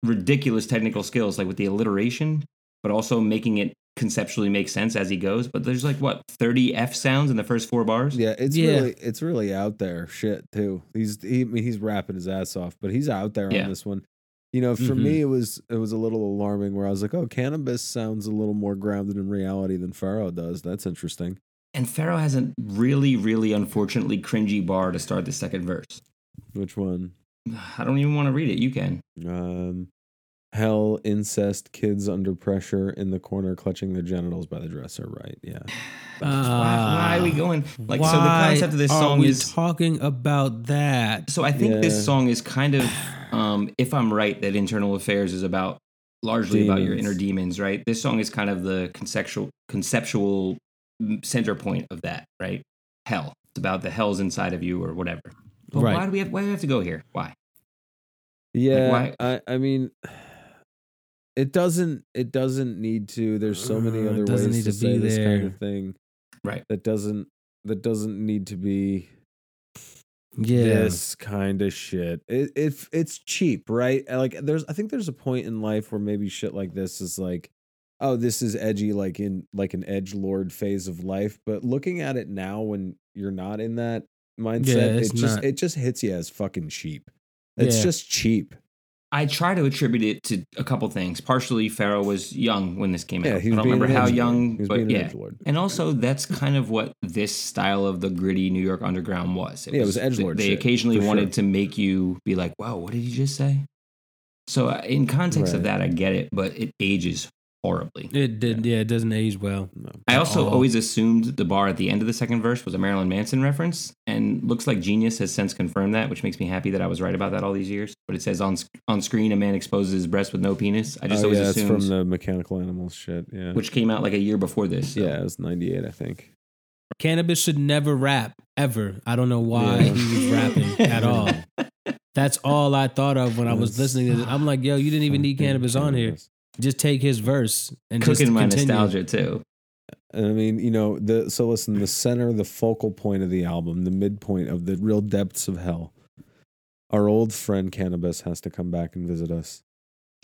D: ridiculous technical skills, like with the alliteration, but also making it conceptually make sense as he goes. But there's like what thirty F sounds in the first four bars.
B: Yeah, it's
C: Yeah.
B: really it's really out there shit too. He's he, I mean, he's rapping his ass off, but he's out there
D: Yeah.
B: on this one. You know, for
C: Mhm.
B: me it was it was a little alarming where I was like, "Oh, Cannabis sounds a little more grounded in reality than Pharaoh does." That's interesting.
D: And Pharaoh has a really, really unfortunately cringy bar to start the second verse.
B: Which one?
D: I don't even want to read it. You can.
B: Um Hell, incest, kids under pressure in the corner clutching their genitals by the dresser, right? Yeah.
D: why, why are we going? Like so, the
C: Ah. Uh, Why
D: concept of this
C: are
D: song
C: we
D: is
C: talking about that.
D: So I think
B: Yeah.
D: this song is kind of, um, if I'm right, that internal affairs is about largely about your
B: Demons.
D: inner demons, right? This song is kind of the conceptual conceptual mm, center point of that, right? Hell. It's about the hells inside of you or whatever. But
C: Right.
D: Why do we have? Why do we have to go here? Why?
B: Yeah,
D: why-
B: I I mean, it doesn't it doesn't need to. There's so many
C: Uh, it
B: other ways
C: doesn't
B: to,
C: need to
B: say
C: be
B: this kind
C: there.
B: of thing.
D: Right.
B: That doesn't that doesn't need to be
C: Yeah.
B: this kind of shit. It, it it's cheap, right? And, Like there's I think there's a point in life where maybe shit like this is like, oh, this is edgy, like in like an edge lord phase of life. But looking at it now, when you're not in that mindset,
C: Yeah,
B: it
C: it's
B: just
C: not-
B: it just hits you as fucking cheap. It's
C: Yeah.
B: just cheap.
D: I try to attribute it to a couple things. Partially, Pharaoh was young when this came
B: Yeah,
D: out.
B: he
D: I
B: was
D: don't
B: being
D: remember
B: an
D: how
B: edgelord.
D: young,
B: He was
D: but
B: being an
D: yeah.
B: edgelord.
D: And also, that's kind of what this style of the gritty New York underground was.
B: Yeah, it was edgelord
D: They, they
B: shit,
D: occasionally
B: for
D: wanted
B: sure.
D: to make you be like, "Wow, what did he just say?" So, uh, in context of
B: Right.
D: that, I get it, but it ages horribly.
C: It did. Yeah, it doesn't age well.
D: I also
C: Oh.
D: always assumed the bar at the end of the second verse was a Marilyn Manson reference, and looks like Genius has since confirmed that, which makes me happy that I was right about that all these years. But it says on sc- on screen, a man exposes his breast with no penis. I just
B: oh,
D: always
B: yeah, it's
D: assumed,
B: from the mechanical animals shit. Yeah,
D: which came out like a year before this. so-
B: yeah, it was '98, I think.
C: Cannabis should never rap ever. I don't know why
B: Yeah.
C: he was rapping at all. That's all I thought of when I was
B: That's-
C: listening to this. I'm like, yo, Oh, you didn't even need
B: Fucking
C: cannabis on here.
B: cannabis.
C: Just take his verse and just
D: cooking my
C: continue.
D: nostalgia too.
B: And I mean, you know, the so listen, the center, the focal point of the album, the midpoint of the real depths of hell. Our old friend Cannabis has to come back and visit us.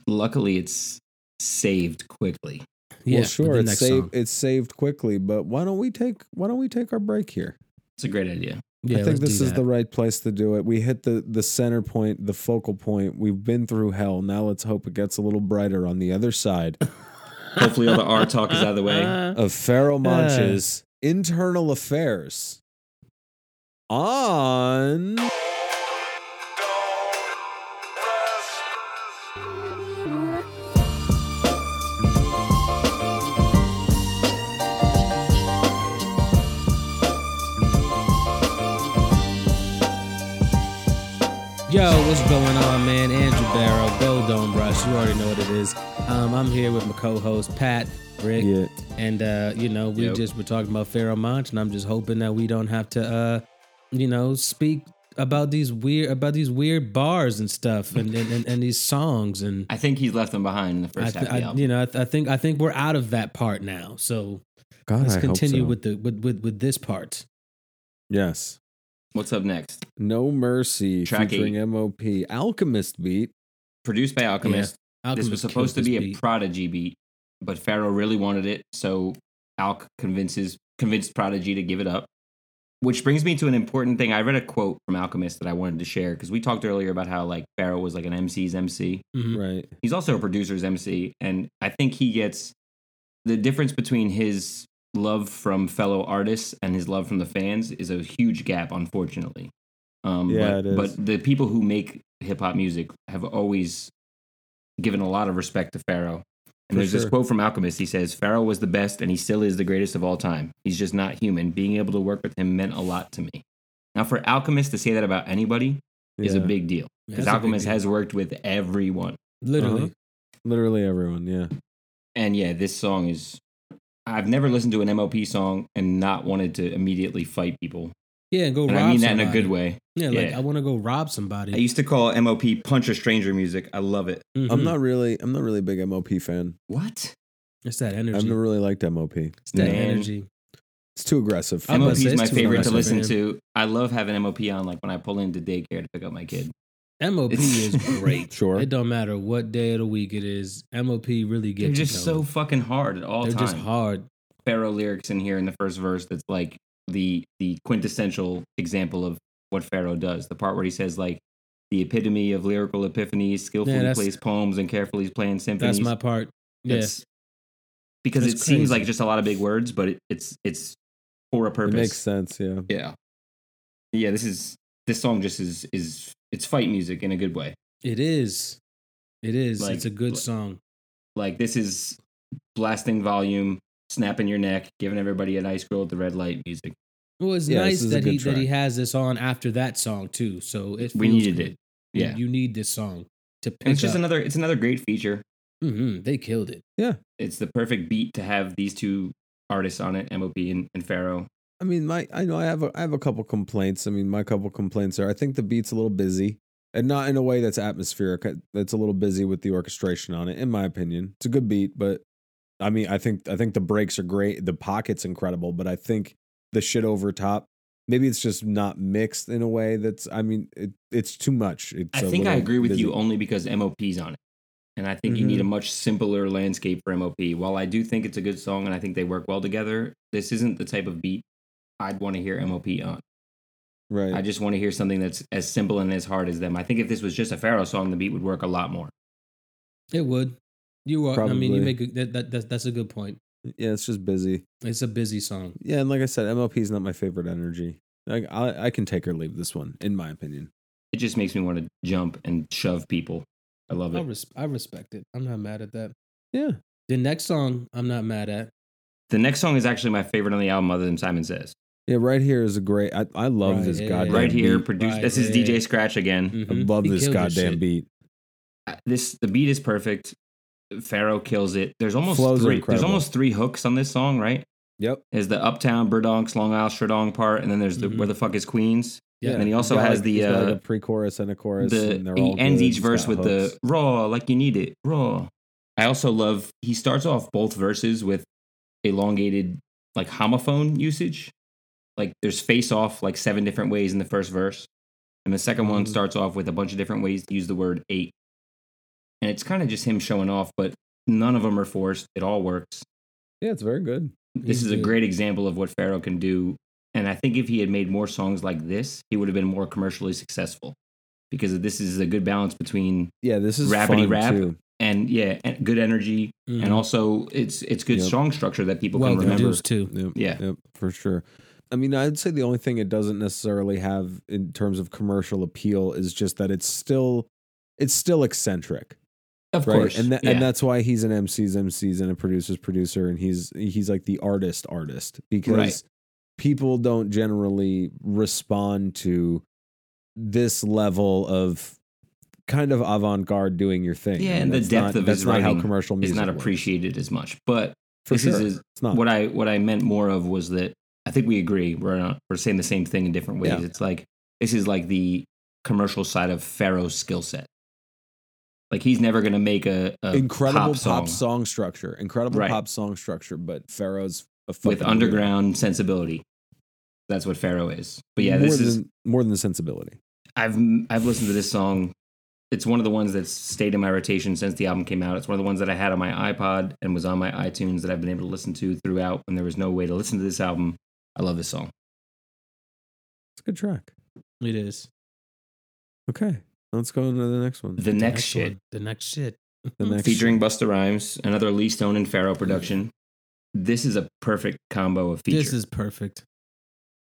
D: Luckily, it's saved quickly.
C: Yeah,
B: well, sure,
C: the
B: it's
C: next
B: saved.
C: song.
B: It's saved quickly, but why don't we take why don't we take our break here?
D: It's a great idea.
B: I
C: Yeah, let's
B: think
C: do
B: this is
C: that.
B: the right place to do it. We hit the the center point, the focal point. We've been through hell. Now let's hope it gets a little brighter on the other side
D: Hopefully, all the R talk is out of the way.
B: of
C: Uh.
B: Pharaoh Monch's internal affairs. On
C: Yo, what's going on, man? Andrew Barrow, Gold Dome Rush. You already know what it is. Um, I'm here with my co-host Pat, Rick,
B: Yeah.
C: and uh, you know we
D: Yep.
C: just were talking about Pharaoh Monch, and I'm just hoping that we don't have to, uh, you know, speak about these weird about these weird bars and stuff, and and, and, and these songs, and
D: I think he's left them behind in the
C: I,
D: first half of
C: I-
D: the album.
C: you know, I, I think I think we're out of that part now. So
B: God,
C: let's
B: I hope
C: continue
B: so.
C: with the with, with with this part.
B: yes.
D: What's up next?
B: No Mercy
D: Track
B: featuring
D: eight.
B: MOP Alchemist beat.
D: Produced by Alchemist. this
C: Alchemist
D: was
C: killed
D: supposed to
C: this
D: be a
C: beat.
D: Prodigy beat, but Pharaoh really wanted it, so Alc convinces convinced Prodigy to give it up. Which brings me to an important thing. I read a quote from Alchemist that I wanted to share because we talked earlier about how like Pharaoh was like an MC's MC.
C: Mhm.
B: Right.
D: He's also a producer's MC, and I think he gets the difference between his love from fellow artists and his love from the fans is a huge gap, unfortunately. Um,
B: Yeah,
D: but,
B: it is.
D: but the people who make hip hop music have always given a lot of respect to Pharaoh.
B: For
D: And there's this
B: sure.
D: quote from Alchemist. He says, Pharaoh was the best and he still is the greatest of all time. He's just not human. Being able to work with him meant a lot to me. Now, for Alchemist to say that about anybody is a
B: Yeah.
D: big deal
C: That's
D: because
C: a big
D: Alchemist
C: deal.
D: has worked with everyone.
C: literally.
B: Uh-huh. literally everyone, yeah.
D: And yeah, this song is. I've never listened to an MOP song and not wanted to immediately fight people.
C: Yeah, and go
D: And
C: rob
D: I mean that
C: somebody.
D: in a good way.
C: Yeah, like
D: Yeah.
C: I want to go rob somebody.
D: I used to call MOP punch a stranger music. I love it.
C: Mhm.
B: I'm not really I'm not really a big MOP fan.
D: What?
C: It's that
B: I've
C: energy.
B: never really liked MOP.
C: it's that
D: Man.
C: energy.
B: It's too aggressive.
C: I'm
D: MOP
C: gonna say
D: is
C: it's
D: my
C: too
D: favorite to
C: aggressive,
D: listen
C: man.
D: to. I love having MOP on, like when I pull into daycare to pick up my kid.
C: MOP is
D: It's-
C: great.
B: Sure.
C: It don't matter what day of the week it is. MOP really
D: They're
C: gets you
D: just so
C: going.
D: fucking hard at all
C: They're
D: times.
C: just hard.
D: Pharaoh lyrics in here in the first verse that's like the the quintessential example of what Pharaoh does. The part where he says like the epitome of lyrical epiphanies, skillfully
C: that's-
D: plays poems and carefully playing symphonies.
C: That's my part. Yes.
D: That's- because
C: That's
D: it seems
C: crazy.
D: like just a lot of big words, but it, it's it's for a
B: It
D: purpose.
B: makes sense, yeah.
D: Yeah, yeah. This is this song just is is it's fight music in a good way.
C: It is. It is.
D: Like-
C: it's a good
D: like-
C: song.
D: Like this is blasting volume, snapping your neck, giving everybody a nice girl at the red light music.
C: Well, it's
B: Yeah, this
C: nice
B: is a
C: that
B: good
C: he that he
B: track.
C: has this on after that song too. So it
D: We
C: feels
D: needed
C: good.
D: it. Yeah,
C: You, you need this song to pick
D: and it's just
C: up.
D: another it's another great feature.
C: hmm They killed it.
D: it's the perfect beat to have these two artists on it, MOP and, and Pharaoh.
B: I mean, my I know I have a I have a couple complaints. I mean, my couple complaints are I think the beat's a little busy, and not in a way that's atmospheric. I- That's a little busy with the orchestration on it, in my opinion. It's a good beat, but I mean, I think I think the breaks are great. The pocket's incredible, but I think the shit over top. Maybe it's just not mixed in a way that's. I mean, it, it's too much. It's
D: I
B: a
D: think I
B: little
D: agree with
B: busy.
D: you only because MOP's on it. And I think you need a much simpler landscape for MOP. While I do think it's a good song and I think they work well together, this isn't the type of beat I'd want to hear MOP on.
B: Right.
D: I just want to hear something that's as simple and as hard as them. I think if this was just a Pharaoh song, the beat would work a lot more.
C: It would. You are. I mean,
B: Probably.
C: you make a, that, that. That's that's a good point.
B: yeah, it's just busy.
C: It's a busy song.
B: Yeah, and like I said, MLP is not my favorite energy. Like I, I can take or leave this one, in my opinion.
D: It just makes me want to jump and shove people. I love
C: I,
D: it.
C: res- I respect it. I'm not mad at that.
B: Yeah.
C: The next song, I'm not mad at.
D: The next song is actually my favorite on the album, other than Simon Says.
B: Yeah, right here is a great. I, I love
C: Right
B: this
C: here.
B: goddamn
D: Right here,
B: beat.
D: produced.
C: Right
D: this is
C: here.
D: DJ Scratch again.
B: I
C: Mhm.
B: love
C: He
B: this
C: killed
B: goddamn
C: shit.
B: beat.
D: This the beat is perfect. Pharaoh kills it. There's almost
B: Flows are
D: three. There's
B: incredible.
D: almost three hooks on this song, right?
B: Yep.
D: There's the Uptown, Burdonks, Long Isle, Sherdong part, and then there's the
C: Mhm.
D: Where the fuck is Queens?
C: Yeah.
D: And then he also
B: Got,
D: has
B: like-
D: the
B: he's got, like,
D: uh,
B: a pre-chorus and a chorus. and
D: the
B: they're
D: he
B: all
D: ends
B: good.
D: each
B: He's
D: verse
B: got
D: with
B: hooks.
D: the raw like you need it raw. I also love he starts off both verses with elongated like homophone usage. Like there's face off like seven different ways in the first verse, and the second one
B: Mm-hmm.
C: Mhm.
D: starts off with a bunch of different ways to use the word eight. And it's kind of just him showing off, but none of them are forced. It all works
B: Yeah, it's very good.
D: this
C: He's
D: is a
C: good.
D: great example of what Pharaoh can do. And I think if he had made more songs like this, he would have been more commercially successful because this is a good balance between
B: Yeah, this is
D: Rappity
B: fun,
D: rap.
B: too.
D: and yeah, and good energy
C: Mhm.
D: and also it's it's good
B: Yep.
D: song structure that people
C: well
D: can remember.
C: produced too.
B: Yep,
D: Yeah.
B: yep, for sure. I mean, I'd say the only thing it doesn't necessarily have in terms of commercial appeal is just that it's still it's still eccentric,
D: Of
B: right?
D: course,
B: And tha-
D: Yeah.
B: and that's why he's an MC's MC's and a producer's producer, and he's he's like the artist artist because
D: Right.
B: people don't generally respond to this level of kind of avant-garde doing your thing.
D: Yeah,
B: I mean,
D: and the
B: that's
D: depth
B: not,
D: of
B: that's
D: his
B: not how
D: writing
B: commercial music
D: it's not
B: works.
D: appreciated as much. But
B: For
D: this
B: sure,
D: is-
B: it's not
D: what I what I meant more of was that I think we agree we're not, we're saying the same thing in different ways.
B: Yeah.
D: It's like this is like the commercial side of Pharaoh's skill set. Like he's never gonna make a, a
B: incredible pop song.
D: song.
B: structure, incredible
D: Right.
B: pop song structure, but Pharaoh's a fucking
D: with
B: weirdo.
D: underground sensibility. That's what Pharaoh is. But yeah, this
B: more
D: is
B: than, more than the sensibility.
D: I've I've listened to this song. It's one of the ones that's stayed in my rotation since the album came out. It's one of the ones that I had on my iPod and was on my iTunes that I've been able to listen to throughout when there was no way to listen to this album. I love this song.
B: It's a good track.
C: It is
B: Okay, let's go into the next one.
D: The next, shit
C: one. The next shit.
B: The next
D: featuring Busta Rhymes, another Lee Stone and Pharaoh production. This is a perfect combo of features.
C: This is perfect.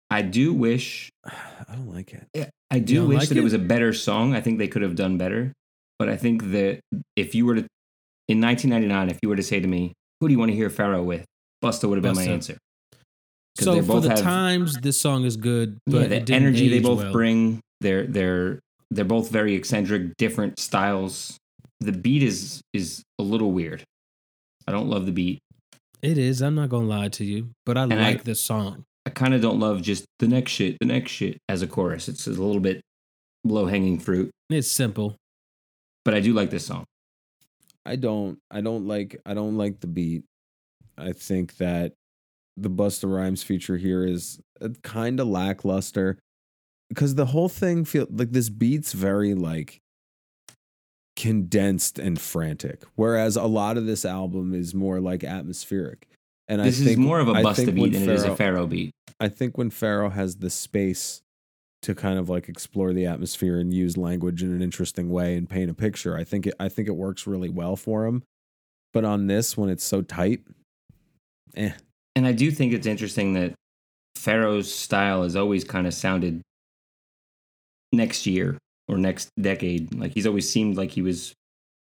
D: I do wish
B: I don't like it.
D: I
C: You
D: do
C: don't
D: wish
C: like
D: that it?
C: it?
D: was a better song. I think they could have done better. But I think that if you were to, in 1999, if you were to say to me, who do you want to hear Pharaoh with? Busta would have been my
C: Busta.
D: answer. 'Cause
C: So
D: they
C: for
D: both
C: the
D: have-
C: times, this song is good,
D: But
C: but
D: the
C: it didn't
D: energy they
C: age
D: both
C: well.
D: bring, they're they're they're both very eccentric, different styles. The beat is is a little weird. I don't love the beat.
C: It is. I'm not gonna lie to you, but I
D: And I-
C: like this song.
D: I kind of don't love just the next shit, the next shit as a chorus. It's a little bit low hanging fruit,
C: It's simple.
D: but I do like this song.
B: I don't. I don't like. I don't like the beat. I think that the Busta Rhymes feature here is kind of lackluster because the whole thing feel like this beat's very like condensed and frantic, whereas a lot of this album is more like atmospheric. And
D: This
B: I
D: is
B: think,
D: more of a
B: I
D: Busta
B: think
D: beat
B: when
D: than it is a
B: Pharoah-
D: Pharaoh beat.
B: I think when Pharaoh has the space to kind of like explore the atmosphere and use language in an interesting way and paint a picture, I think it, I think it works really well for him. But on this, when it's so tight, eh,
D: and I do think it's interesting that Pharaoh's style has always kind of sounded next year or next decade. Like he's always seemed like he was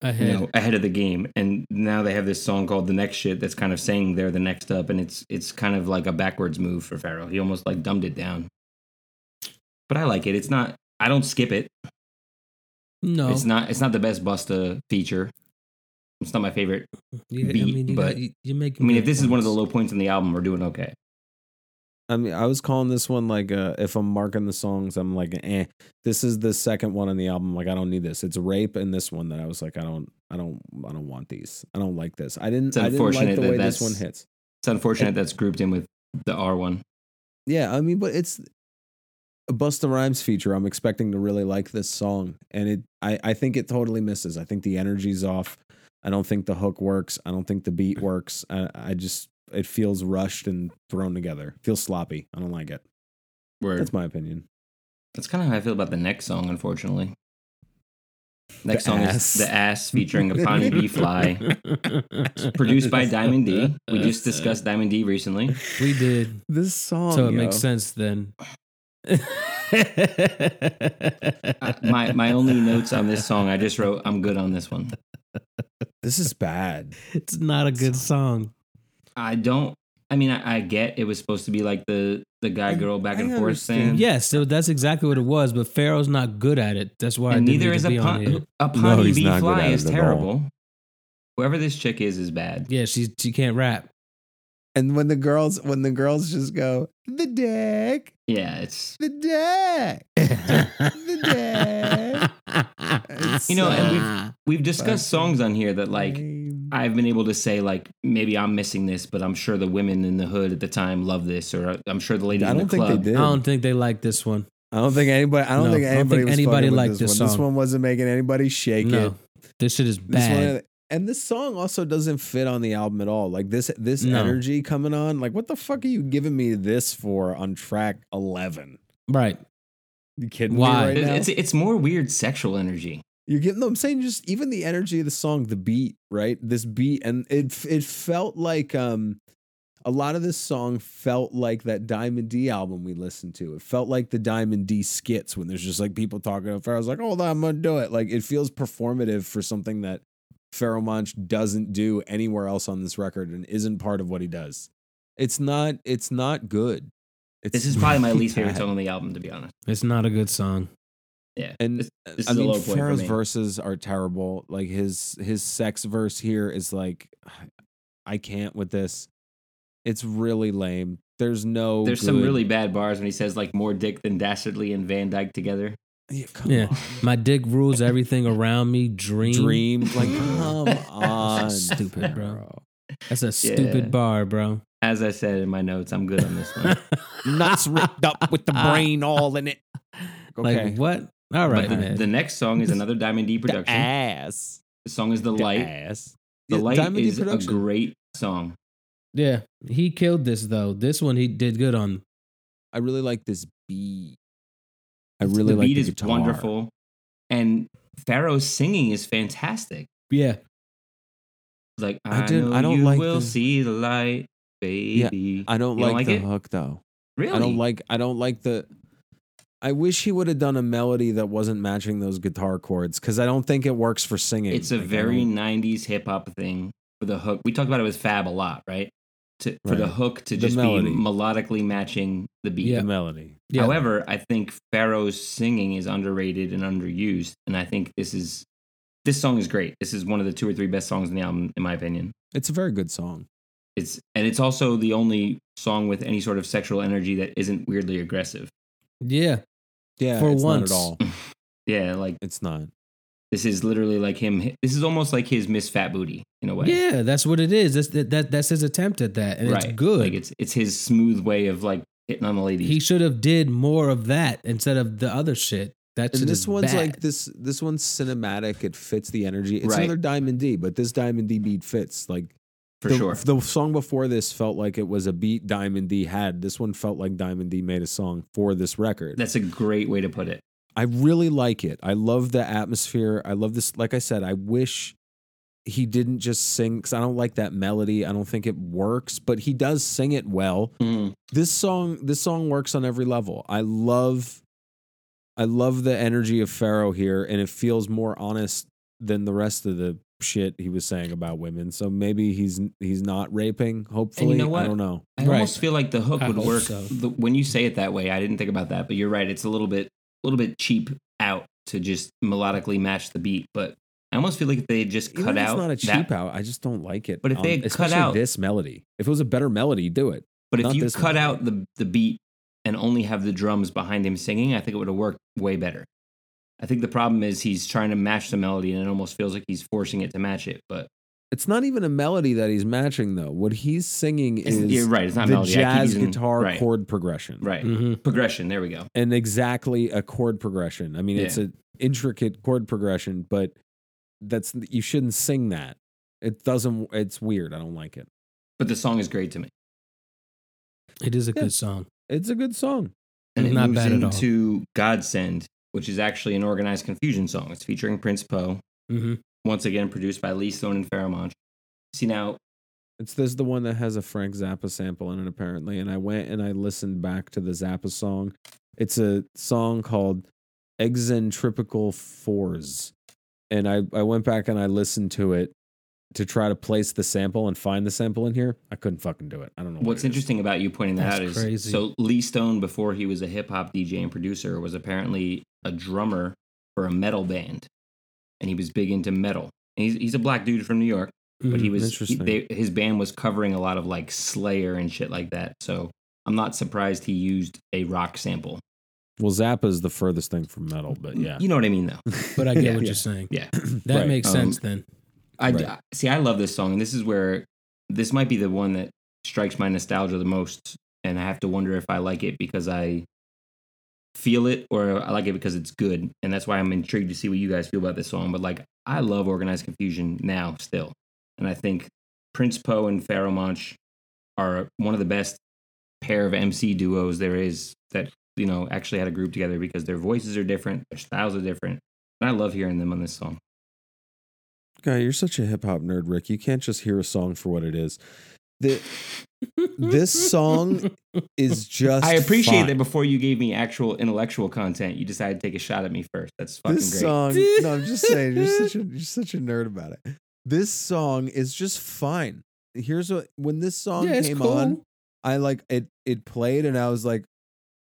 D: you
C: Ahead.
D: know, ahead of the game, and now they have this song called "The Next Shit" that's kind of saying they're the next up, and it's it's kind of like a backwards move for Pharaoh. He almost like dumbed it down. But I like it. It's not. I don't skip it.
C: No,
D: It's not. It's not the best Busta feature. It's not my favorite.
C: You- I
D: beat,
C: mean, you
D: but-
C: got, you, you're making
D: I mean,
C: good
D: if this is one of the
C: points.
D: low points in the album, we're doing okay.
B: I mean, I was calling this one like uh, if I'm marking the songs, I'm like, eh. This is the second one on the album. Like, I don't need this. It's rape and this one that I was like, I don't, I don't, I don't want these. I don't like this. I didn't.
D: It's
B: I didn't like
D: unfortunate
B: the
D: that
B: way this
D: that's-
B: one hits.
D: It's unfortunate that's grouped in with the R one.
B: Yeah, I mean, but it's a Busta Rhymes feature. I'm expecting to really like this song, and it. I I think it totally misses. I think the energy's off. I don't think the hook works. I don't think the beat works. I, I just it feels rushed and thrown together. Feels sloppy. I don't like it.
D: Word.
B: That's my opinion.
D: That's kind of how I feel about the next song, unfortunately. Next
B: The
D: song
B: Ass.
D: is The Ass featuring Upon B Fly, produced by Diamond D. We just discussed Diamond D recently.
C: We did.
B: This song.
C: so it
B: yo.
C: makes sense then.
D: My my only notes on this song, I just wrote, I'm good on this one.
B: This is bad.
C: It's not a good song.
D: I don't. I mean, I, I get it was supposed to be like the the guy girl back
B: I
D: and forth
B: understand.
D: thing.
C: Yes, so that's exactly what it was. But Pharaoh's not good at it. That's why
D: and
C: I didn't
D: neither
C: need
D: is
C: to be on here.
D: upon upon
A: No, he's
D: B
A: not good
D: Fly
A: at
D: is
A: it at all.
D: terrible. Whoever this chick is is bad.
C: Yeah, she she can't rap.
B: And when the girls, when the girls just go, the dick,
D: Yeah, it's
B: the dick, the dick.
D: You know, and
B: uh,
D: we've discussed songs on here that like I've been able to say like maybe I'm missing this, but I'm sure the women in the hood at the time love this, or I'm sure the ladies
B: I
D: in
B: don't
D: the
B: think
D: club.
B: they
C: I
B: did.
C: don't think they like this one.
B: I don't think anybody. I don't
C: No,
B: think
C: I don't
B: anybody.
C: think
B: was
C: anybody
B: fucking with
C: liked
B: this
C: this
B: one. This
C: song.
B: one wasn't making anybody shake it.
C: No, this shit is
B: This one-
C: bad.
B: and this song also doesn't fit on the album at all. Like this, this
C: No.
B: energy coming on. Like, what the fuck are you giving me this for on track eleven?
C: Right.
B: You kidding
C: Why?
B: me right now?
D: It's, it's it's more weird sexual energy.
B: You're getting. No, I'm saying just even the energy of the song, the beat, right? This beat, and it it felt like um, a lot of this song felt like that Diamond D album we listened to. It felt like the Diamond D skits when there's just like people talking. And Pharaoh's like, "Hold on, I'm gonna do it." Like it feels performative for something that Pharaoh Monch doesn't do anywhere else on this record and isn't part of what he does. It's not. It's not good. It's
D: This is probably my
B: really
D: least favorite
B: bad.
D: song on the album, to be honest.
C: It's not a good song.
D: Yeah,
B: And uh,
D: This- this
B: I
D: is a
B: mean,
D: low point for
B: Pharaoh's
D: me.
B: verses are terrible. Like his his sex verse here is like, I can't with this. It's really lame. There's no.
D: There's some
B: good-
D: really bad bars when he says like more dick than Dastardly and Van Dyke together.
B: yeah. Come
C: Yeah,
B: on.
C: my dick rules everything around me. Dream.
B: dream. Like come on,
C: Stupid, bro.
B: Pharaoh.
C: That's a stupid
D: Yeah.
C: bar, bro.
D: As I said in my notes, I'm good on this one.
B: Nuts ripped up with the brain all in it. Okay.
C: Like what? All
D: But
C: right,
D: the,
C: man.
D: the next song is another Diamond D
B: the
D: production.
B: ass.
D: The song is The
B: The
D: Light.
B: ass.
D: The
B: Yeah,
D: Light
B: Diamond D
D: is a
B: production.
D: great song.
C: yeah, he killed this though. This one he did good on.
B: I really like this beat. I really
D: the
B: like
D: beat
B: the
D: is
B: guitar.
D: wonderful, and Pharaoh's singing is fantastic.
C: Yeah,
D: Like
B: I
D: I,
B: didn't-
D: know
B: I don't
D: you
B: like
D: will
B: the-
D: see the light, baby.
B: I don't
D: You
B: like
D: don't like
B: the
D: it?
B: hook though.
D: really?
B: I don't like I don't like the I wish he would have done a melody that wasn't matching those guitar chords because I don't think it works for singing.
D: It's a
B: Like, I
D: very
B: don't-
D: '90s hip hop thing for the hook. We talked about it with Fab a lot, right? To, for the
B: Right.
D: hook to
B: The
D: just
B: melody.
D: be melodically matching the beat.
C: Yeah.
B: the melody.
C: yeah.
D: However, I think Pharaoh's singing is underrated and underused, and I think this is this song is great. This is one of the two or three best songs in the album, in my opinion.
B: It's a very good song.
D: It's and it's also the only song with any sort of sexual energy that isn't weirdly aggressive.
C: yeah,
B: Yeah,
C: For
B: it's
C: once.
B: not at all.
D: Yeah, like
B: It's not.
D: this is literally like him. This is almost like his Miss Fat Booty in a way.
C: yeah. That's what it is. That's that, that that's his attempt at that, and it's good.
D: Like it's it's his smooth way of like hitting on the ladies.
C: he should have did more of that instead of the other shit. That shit
B: And
C: is
B: this one's
C: bad.
B: like this this one's cinematic, it fits the energy. It's
D: Right.
B: another Diamond D, but this Diamond D beat fits. Like
D: for
B: the,
D: sure.
B: The song before this felt like it was a beat Diamond D had. This one felt like Diamond D made a song for this record.
D: That's a great way to put it.
B: I really like it. I love the atmosphere. I love this. Like I said, I wish he didn't just sing because I don't like that melody. I don't think it works, but he does sing it well. This song, this song works on every level. I love, I love the energy of Pharaoh here, and it feels more honest than the rest of the shit he was saying about women. So maybe he's he's not raping. Hopefully,
D: know what?
B: I don't know.
D: I
C: Right.
D: almost feel like the hook
C: I
D: would
C: hope
D: work
C: so.
D: the, when you say it that way. I didn't think about that, but you're right. It's a little bit a little bit cheap out to just melodically match the beat. But I almost feel like if they had just
B: Even
D: cut
B: if it's
D: out
B: not a cheap
D: that,
B: out. I just don't like it. um,
D: But if they had cut
B: especially
D: out-
B: this melody, if it was a better melody, do it.
D: But if
B: Not
D: you
B: this
D: cut
B: one.
D: out the the beat and only have the drums behind him singing, I think it would have worked way better. I think the problem is he's trying to match the melody, and it almost feels like he's forcing it to match it. But
B: It's not even a melody that he's matching though. What he's singing
D: it's,
B: is
D: you're right, it's not
B: the
D: melody. I keep
B: jazz
D: using-
B: guitar
D: right,
B: chord progression,
D: right
C: Mhm.
D: progression. There we go.
B: And exactly a chord progression. I mean, it's
D: Yeah.
B: an intricate chord progression, but that's you shouldn't sing that. It doesn't. It's weird. I don't like it.
D: But the song is great to me.
C: It is a
B: Yeah.
C: good song.
B: It's a good song.
D: and it
C: Not
D: moves
C: bad at all.
D: into Godsend, which is actually an organized confusion song. It's featuring Prince Po,
C: hmm
D: once again produced by Lee Stone and Faramond. See now,
B: It's this the one that has a Frank Zappa sample in it, apparently. And I went and I listened back to the Zappa song. It's a song called Exentripical Fours. And I, I went back and I listened to it to try to place the sample and find the sample in here. I couldn't fucking do it. I don't know. what
D: what's
B: it is.
D: interesting about you pointing that
C: That's
D: out is
C: crazy.
D: so Lee Stone, before he was a hip hop DJ and producer, was apparently a drummer for a metal band, and he was big into metal. And he's he's a black dude from New York, but
C: Mm-hmm.
D: he was he,
B: Mm, interesting.
D: they, his band was covering a lot of like Slayer and shit like that. So I'm not surprised he used a rock sample.
B: Well, Zappa is the furthest thing from metal, but yeah.
D: you know what I mean though.
C: But I get
D: Mm, Yeah.
C: what
B: Yeah.
C: you're saying.
D: Yeah.
C: That
B: Right.
C: makes
D: Um,
C: sense then.
D: I
B: Right.
D: I- see. I love this song, and this is where this might be the one that strikes my nostalgia the most, and I have to wonder if I like it because I feel it, or I like it because it's good, and that's why I'm intrigued to see what you guys feel about this song. But like, I love organized confusion now still, and I think Prince Poe and Pharaoh Monch are one of the best pair of MC duos there is that you know actually had a group together because their voices are different, their styles are different, and I love hearing them on this song.
B: Guy, you're such a hip hop nerd, Rick. You can't just hear a song for what it is. The, this song is just.
D: I appreciate
B: fine.
D: that before you gave me actual intellectual content, you decided to take a shot at me first. That's fucking
B: this uh, song
D: great.
B: no i'm just saying you're such a you're such a nerd about it this song is just fine here's what when this song
C: Yeah, it's
B: came
C: cool.
B: on i like it it played and i was like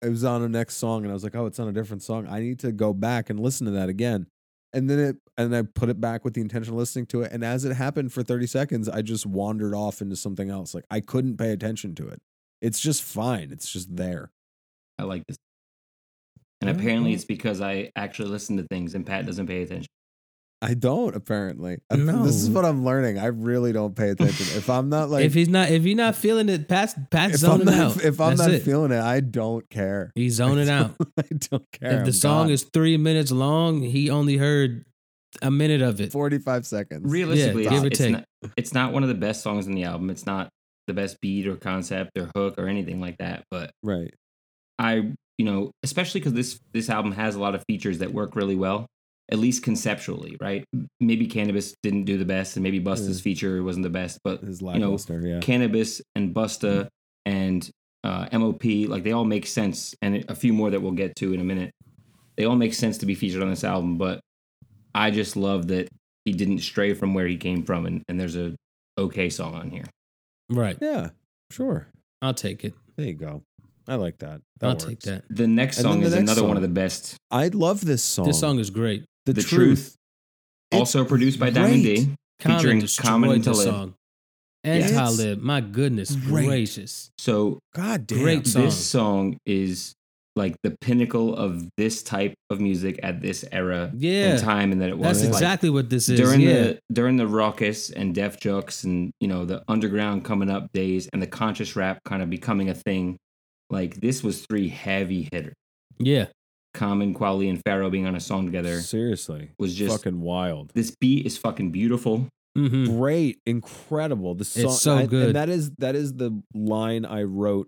B: it was on the next song and i was like oh it's on a different song i need to go back and listen to that again and then it and i put it back with the intention of listening to it and as it happened for 30 seconds i just wandered off into something else like i couldn't pay attention to it it's just fine it's just there
D: I like this. And
B: Yeah,
D: apparently
B: yeah.
D: it's because I actually listen to things and Pat doesn't pay attention.
B: I don't apparently. I- This is
C: No.
B: what I'm learning. I really don't pay attention. If I'm not like
C: if he's not, if you're not feeling it, Pat's Pat's
B: if I'm
C: zoning
B: not,
C: out.
B: if I'm
C: That's
B: not
C: it.
B: feeling it, I don't care.
C: he's zoning
B: I
C: out.
B: don't- I don't care.
C: If
B: I'm
C: the song
B: gone.
C: is three minutes long, he only heard a minute of it.
B: 45 seconds.
D: Realistically,
C: give or
D: it's, it's,
C: take.
D: not, it's not one of the best songs in the album. It's not the best beat or concept or hook or anything like that. But
B: Right.
D: I, you know, especially because this this album has a lot of features that work really well, at least conceptually, right? Maybe Cannabis didn't do the best, and maybe Busta's
B: Yeah.
D: feature wasn't the best, but
B: Is
D: you know,
B: lackluster, yeah.
D: cannabis and busta and uh, mop like they all make sense and a few more that we'll get to in a minute they all make sense to be featured on this album but i just love that he didn't stray from where he came from and, and there's a okay song on here
C: Right.
B: Yeah. Sure.
C: I'll take it.
B: There you go. I like that. that
C: I'll
B: works.
C: take that.
D: the next
B: And then
D: song
B: the
D: is
B: next
D: another one
B: song.
D: of the best
B: I love this song.
C: This song is great.
B: The,
D: The
B: truth.
D: Truth.
B: It's
D: also produced by diamond
B: great.
D: d Featuring
C: destroyed
D: Common and
C: the
D: Talib.
C: And
B: Yeah. It's
C: Talib, my goodness
B: great.
C: gracious.
D: so
B: God damn.
C: Great song.
D: this song is like the pinnacle of this type of music at this era
C: Yeah.
D: and time and that it was
C: That's
D: Like,
C: exactly what this is.
D: during
C: yeah.
D: the during the raucous and def jux and you know the underground coming up days and the conscious rap kind of becoming a thing like this was three heavy hitters
C: yeah.
D: common quali and Pharoah being on a song together
B: Seriously.
D: was just
B: fucking wild.
D: this beat is fucking beautiful
C: hmm
B: great, incredible. The song,
C: so
B: I-
C: good.
B: and that is that is the line I wrote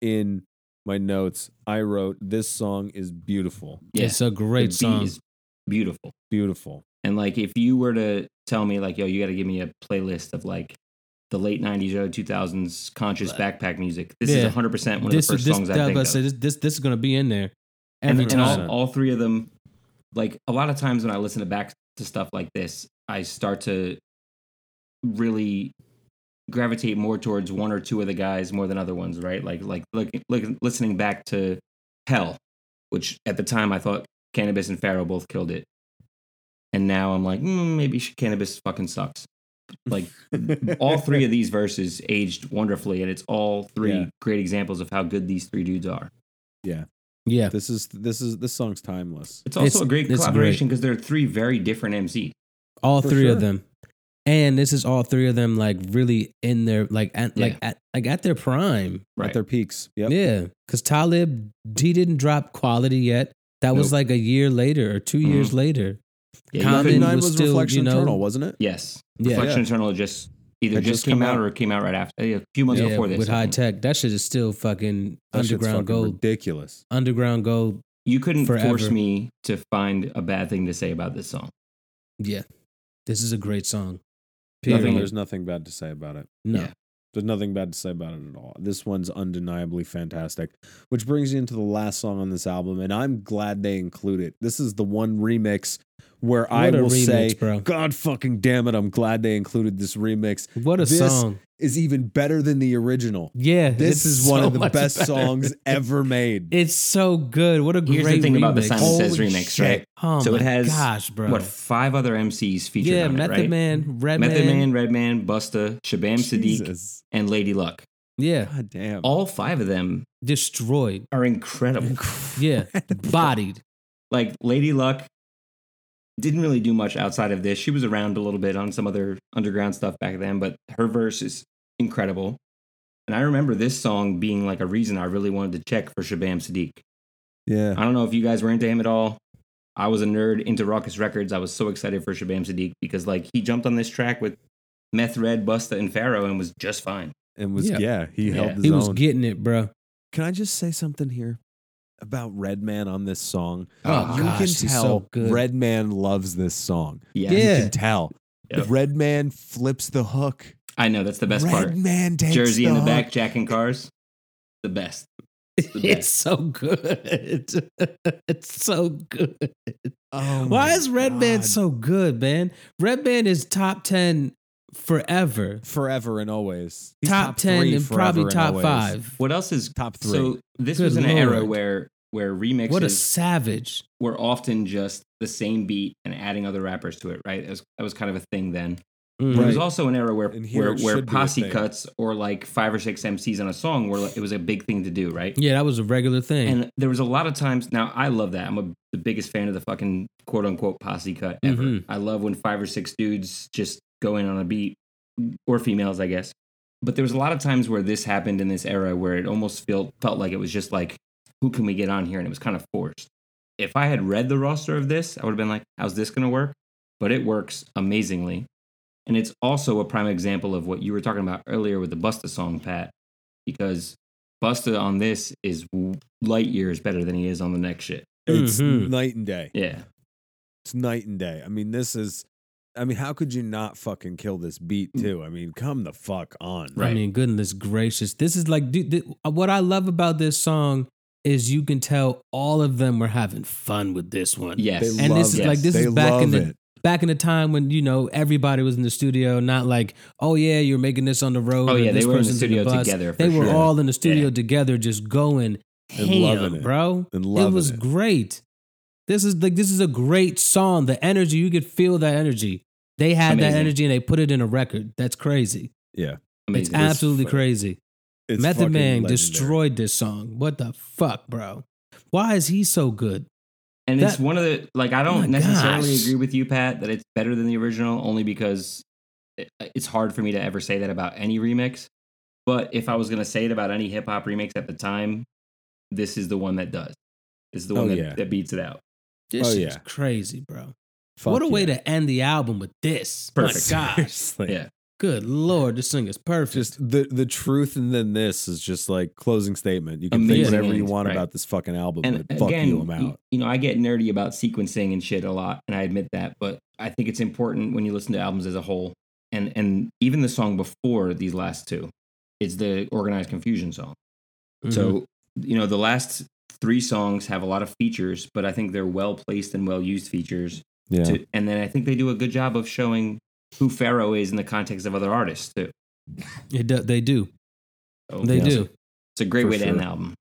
B: in my notes. I wrote this song is beautiful,
D: yeah
C: It's a
D: the
C: great
D: beat
C: song.
D: is beautiful
B: beautiful.
D: and like if you were to tell me like yo you got to give me a playlist of like the late 90s early 2000s conscious backpack music this
C: Yeah.
D: is 100% one
C: this
D: of the first
C: this,
D: songs
C: that-
D: i think
C: but I
D: of.
C: said this, this this is gonna be in there
D: and,
C: every
D: and
C: time.
D: all, all three of them like a lot of times when i listen to back to stuff like this i start to really gravitate more towards one or two of the guys more than other ones right like like look, look listening back to hell which at the time i thought cannabis and pharaoh both killed it and now i'm like mm, maybe sh- cannabis fucking sucks like all three of these verses aged wonderfully and it's all three
B: Yeah.
D: great examples of how good these three dudes are
C: yeah.
B: This is this is this song's timeless.
D: It's also
C: It's-
D: a great
C: it's
D: collaboration because there are three very different MCs.
C: all
B: For
C: three
B: sure.
C: of them and this is all three of them like really in their like at, like at like at their prime
B: At their peaks. Yep.
C: yeah because talib he didn't drop quality yet that was
D: Nope.
C: like a year later or 2
D: Mhm.
C: years later
D: Yeah, you
C: Common
D: couldn't-
C: was still, you know-
B: Eternal, wasn't it?
D: yes.
C: yeah
D: Reflection Eternal just Either
B: It
D: just, came out, or it came out right after, a few months before this.
C: with
D: I
C: high
D: think.
C: tech, that shit is still fucking
B: That shit's
C: underground
B: fucking
C: gold.
B: Ridiculous.
C: Underground gold.
D: You couldn't force
C: Forever.
D: me to find a bad thing to say about this song.
C: Yeah, this is a great song.
B: Nothing-
C: Period.
B: there's nothing bad to say about it.
C: No,
D: Yeah.
B: There's nothing bad to say about it at all. This one's undeniably fantastic, which brings you into the last song on this album, and I'm glad they include it. This is the one remix where I
C: What a
B: will
C: remix,
B: say,
C: bro.
B: God fucking damn it, I'm glad they included this remix.
C: what a
B: This-
C: song.
B: Is even better than the original.
C: Yeah,
B: This
C: it's
B: is one
C: so
B: of the
C: much
B: best
C: better.
B: songs ever made.
C: It's so good. What a great
D: Here's the thing
C: remix.
D: about the Simon Says
C: Holy
D: remix,
C: shit.
D: right?
C: Oh
D: So
C: my
D: it has
C: gosh, bro.
D: What five other MCs featured
C: yeah,
D: on
C: Method
D: it, right?
C: Man, Red
D: Method
C: Man.
D: Man, Redman, Busta, Shabam Sadiq,
B: Jesus.
D: and Lady Luck.
C: Yeah,
B: God damn.
D: All five of them
C: destroyed.
D: are incredible.
C: Yeah, bodied.
D: like Lady Luck didn't really do much outside of this. She was around a little bit on some other underground stuff back then, but her verse is incredible. And I remember this song being like a reason I really wanted to check for Shabam Sadiq.
B: yeah.
D: I don't know if you guys were into him at all. I was a nerd into Raucous Records. I was so excited for Shabam Sadiq because like he jumped on this track with Meth Red, Busta, and Pharaoh and was just fine.
B: And was, yeah,
C: Yeah.
B: he
D: Yeah.
B: held his
C: He
B: own.
C: was getting it, bro.
B: Can I just say something here about Redman on this song?
C: Oh,
B: you
C: gosh,
B: can
C: he's
B: tell
C: so good.
B: Redman loves this song.
D: Yeah.
C: Yeah.
B: You can tell.
D: Yeah.
B: Redman flips the hook.
D: I know, that's the best part.
B: Redman takes
D: Jersey in the
B: hook.
D: back, Jack and Cars. The best. the
C: It's
D: best.
C: so good. it's so good.
B: Oh
C: Why
B: my
C: is Red Man
B: God.
C: so good, man? Red Man is top ten forever.
B: forever and always? He's
C: Top, ten
B: three
C: and
B: forever
C: probably
B: and
C: top
B: always.
C: five.
D: What else is
B: Top three.
D: So this
C: Good
D: was in an era
C: lord.
D: where where
C: What a
D: remixes
C: savage.
D: were often just the same beat and adding other rappers to it, right? That was, that was kind of a thing then.
C: Mm.
D: But It was
B: Right.
D: also an era where
B: And here
D: where,
B: it
D: where
B: should be a
D: posse
B: thing.
D: cuts or like five or six MCs on a song were like, it was a big thing to do, right?
C: Yeah, that was a regular thing.
D: And there was a lot of times. Now I love that. I'm a, the biggest fan of the fucking quote unquote posse cut ever.
C: Mhm.
D: I love when five or six dudes just go in on a beat, or females, I guess. But there was a lot of times where this happened in this era where it almost felt felt like it was just like, who can we get on here? And it was kind of forced. If I had read the roster of this, I would have been like, how's this going to work? But it works amazingly. And it's also a prime example of what you were talking about earlier with the Busta song, Pat, because Busta on this is w- light years better than he is on the next shit.
B: it's
C: Mhm.
B: night and day.
D: Yeah.
B: It's night and day. I mean, this is. I mean, how could you not fucking kill this beat
C: Mm.
B: too? I mean, come the fuck on.
D: Right.
C: I mean, goodness gracious. This is like, dude, th- what I love about this song is you can tell all of them were having fun with this one.
D: Yes.
B: They
C: And
B: love
C: this is
B: it.
C: like, this
B: they
C: is back
B: love
C: in the
B: it.
C: back in the time when you know everybody was in the studio, not like, oh yeah, you're making this on the road.
D: Oh,
C: or
D: yeah, they
C: this
D: were in the
C: person's
D: studio
C: bus.
D: together, for
C: They were
D: sure.
C: all in the studio
D: Yeah.
C: together, just going
B: And
C: ham,
B: loving it.
C: bro.
B: And loving
C: it was
B: it.
C: great. This is like this is a great song. The energy you could feel that energy. They had that
D: Amazing.
C: energy and they put it in a record. That's crazy.
B: Yeah,
C: It's
D: Amazing.
C: absolutely
B: fu-
C: crazy.
B: it's
C: Method
B: fucking
C: Man
B: legendary.
C: destroyed this song. What the fuck, bro? Why is he so good?
D: and it's
C: that-
D: one of the like
C: my
D: I don't necessarily
C: gosh.
D: agree with you, Pat, that it's better than the original, only because it, it's hard for me to ever say that about any remix. But if I was gonna say it about any hip hop remix at the time, this is the one that does. This is the
B: Oh,
D: one that,
B: yeah.
D: that beats it out.
C: This
B: Oh,
C: is
B: yeah.
C: crazy, bro.
B: Fuck
C: what a way
B: yeah.
C: to end the album with this.
D: Perfect.
C: My gosh.
B: Seriously.
D: Yeah.
C: Good lord, this thing is perfect.
B: Just the the truth, and then this is just like closing statement. You can think
D: Amazing
B: whatever you
D: end,
B: want
D: right.
B: about this fucking album,
D: And
B: but fuck
D: again,
B: you, I'm out.
D: you know, I get nerdy about sequencing and shit a lot, and I admit that, but I think it's important when you listen to albums as a whole, and and even the song before these last two, it's the organized confusion song.
C: Mhm.
D: So,
B: Mm-hmm.
D: you know, the last three songs have a lot of features, but I think they're well placed and well used features.
B: Yeah,
D: To, and then I think they do a good job of showing who Pharaoh is in the context of other artists, too.
C: It do, they do.
D: So
C: They
B: Yeah.
C: do.
D: It's a great
B: For
D: way to end
B: sure.
D: the album.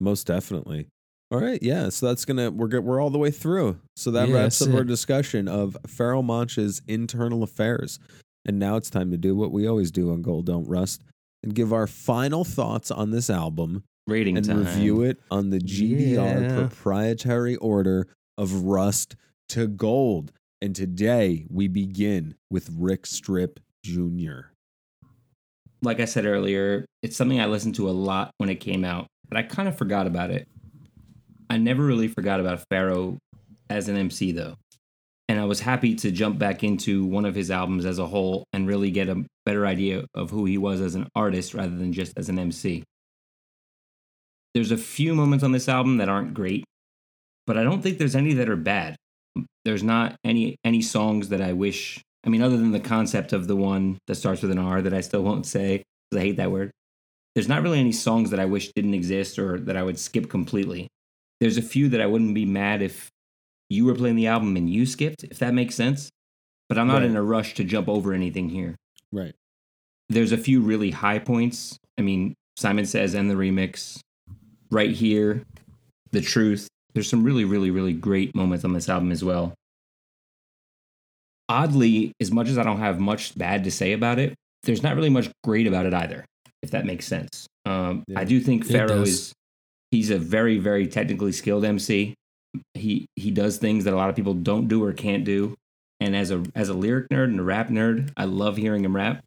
B: most definitely. All right, yeah. So that's gonna we're go- we're all the way through. So that
C: Yeah,
B: wraps
C: that's
B: up our
C: it.
B: discussion of Pharaoh Monch's internal affairs, and now it's time to do what we always do on Gold Don't Rust and give our final thoughts on this album
D: Rating
B: and
D: time.
B: review it on the GDR
C: Yeah.
B: proprietary order of rust to gold. And today we begin with Rick Strip Jr.
D: like I said earlier, it's something I listened to a lot when it came out, but I kind of forgot about it. I never really forgot about Pharaoh as an MC though. and I was happy to jump back into one of his albums as a whole and really get a better idea of who he was as an artist rather than just as an MC. There's a few moments on this album that aren't great, but I don't think there's any that are bad. There's not any any songs that I wish. I mean, other than the concept of the one that starts with an R that I still won't say because I hate that word. There's not really any songs that I wish didn't exist or that I would skip completely. There's a few that I wouldn't be mad if you were playing the album and you skipped, if that makes sense. But I'm not
B: Right.
D: in a rush to jump over anything here.
B: Right.
D: There's a few really high points. I mean, Simon Says and the remix, right here, The Truth. There's some really, really, really great moments on this album as well. Oddly, as much as I don't have much bad to say about it, there's not really much great about it either, if that makes sense. Um,
B: Yeah.
D: I do think
C: It
D: Pharaoh
C: does.
D: is he's a very, very technically skilled MC. He he does things that a lot of people don't do or can't do. And as a as a lyric nerd and a rap nerd, I love hearing him rap.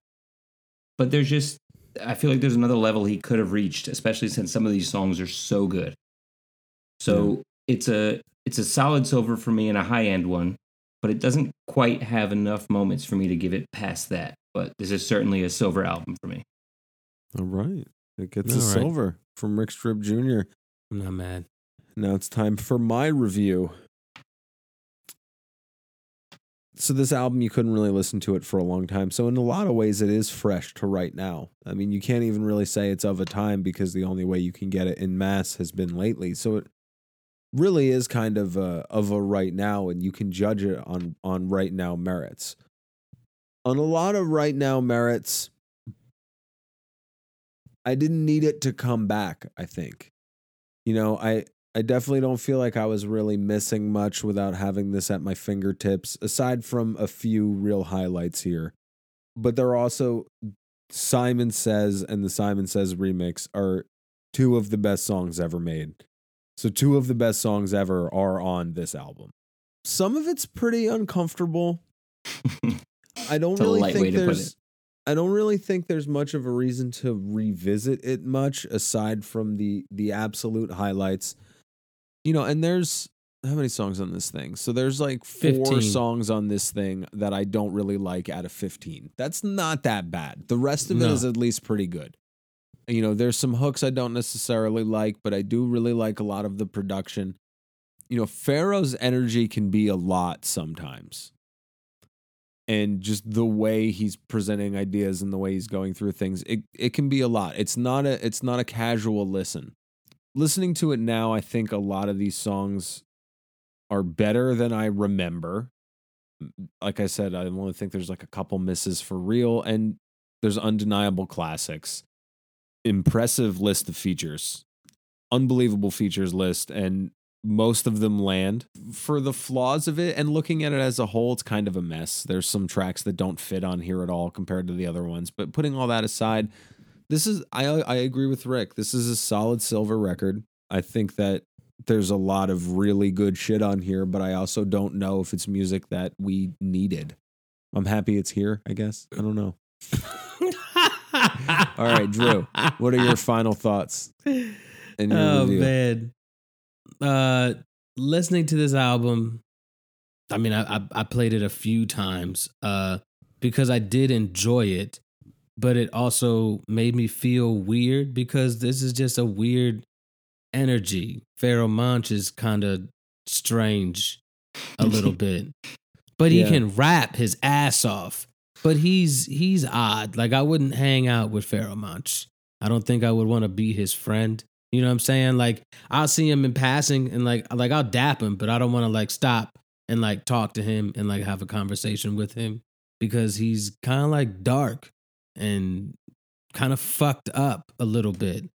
D: But there's just I feel like there's another level he could have reached, especially since some of these songs are so good. So it's a it's a solid silver for me and a high end one, but it doesn't quite have enough moments for me to give it past that. But this is certainly a silver album for me.
B: All right. It gets
C: All
B: a
C: right.
B: silver from Rick Strip Jr.
C: I'm not mad.
B: Now it's time for my review. So this album you couldn't really listen to it for a long time. So in a lot of ways it is fresh to right now. I mean, you can't even really say it's of a time because the only way you can get it in mass has been lately. So it really is kind of a, of a right now and you can judge it on on right now merits. On a lot of right now merits I didn't need it to come back, I think. You know, I I definitely don't feel like I was really missing much without having this at my fingertips, aside from a few real highlights here. But there are also Simon Says and the Simon Says remix are two of the best songs ever made. So, two of the best songs ever are on this album. Some of it's pretty uncomfortable. I don't
D: It's a
B: really
D: light way
B: think
D: to put
B: there's.
D: it.
B: I don't really think there's much of a reason to revisit it much aside from the the absolute highlights. You know, and there's how many songs on this thing? So there's like four
C: 15.
B: songs on this thing that I don't really like out of 15. That's not that bad. The rest of it
C: No.
B: is at least pretty good. You know, there's some hooks I don't necessarily like, but I do really like a lot of the production. You know, Pharaoh's energy can be a lot sometimes and just the way he's presenting ideas and the way he's going through things it it can be a lot it's not a it's not a casual listen listening to it now i think a lot of these songs are better than i remember like i said i only think there's like a couple misses for real and there's undeniable classics impressive list of features unbelievable features list and most of them land for the flaws of it and looking at it as a whole it's kind of a mess there's some tracks that don't fit on here at all compared to the other ones but putting all that aside this is i i agree with rick this is a solid silver record i think that there's a lot of really good shit on here but i also don't know if it's music that we needed i'm happy it's here i guess i don't know
C: All
B: right, Drew, what are your final thoughts in your
C: oh
B: review
C: man uh listening to this album i mean I, I i played it a few times uh because i did enjoy it but it also made me feel weird because this is just a weird energy pharaoh monch is kind of strange a little bit but he
B: Yeah.
C: can rap his ass off but he's he's odd like i wouldn't hang out with pharaoh monch i don't think i would want to be his friend you know what i'm saying like I'll see him in passing and like like I'll dap him, but I don't want to like stop and like talk to him and like have a conversation with him because he's kind of like dark and kind of fucked up a little bit.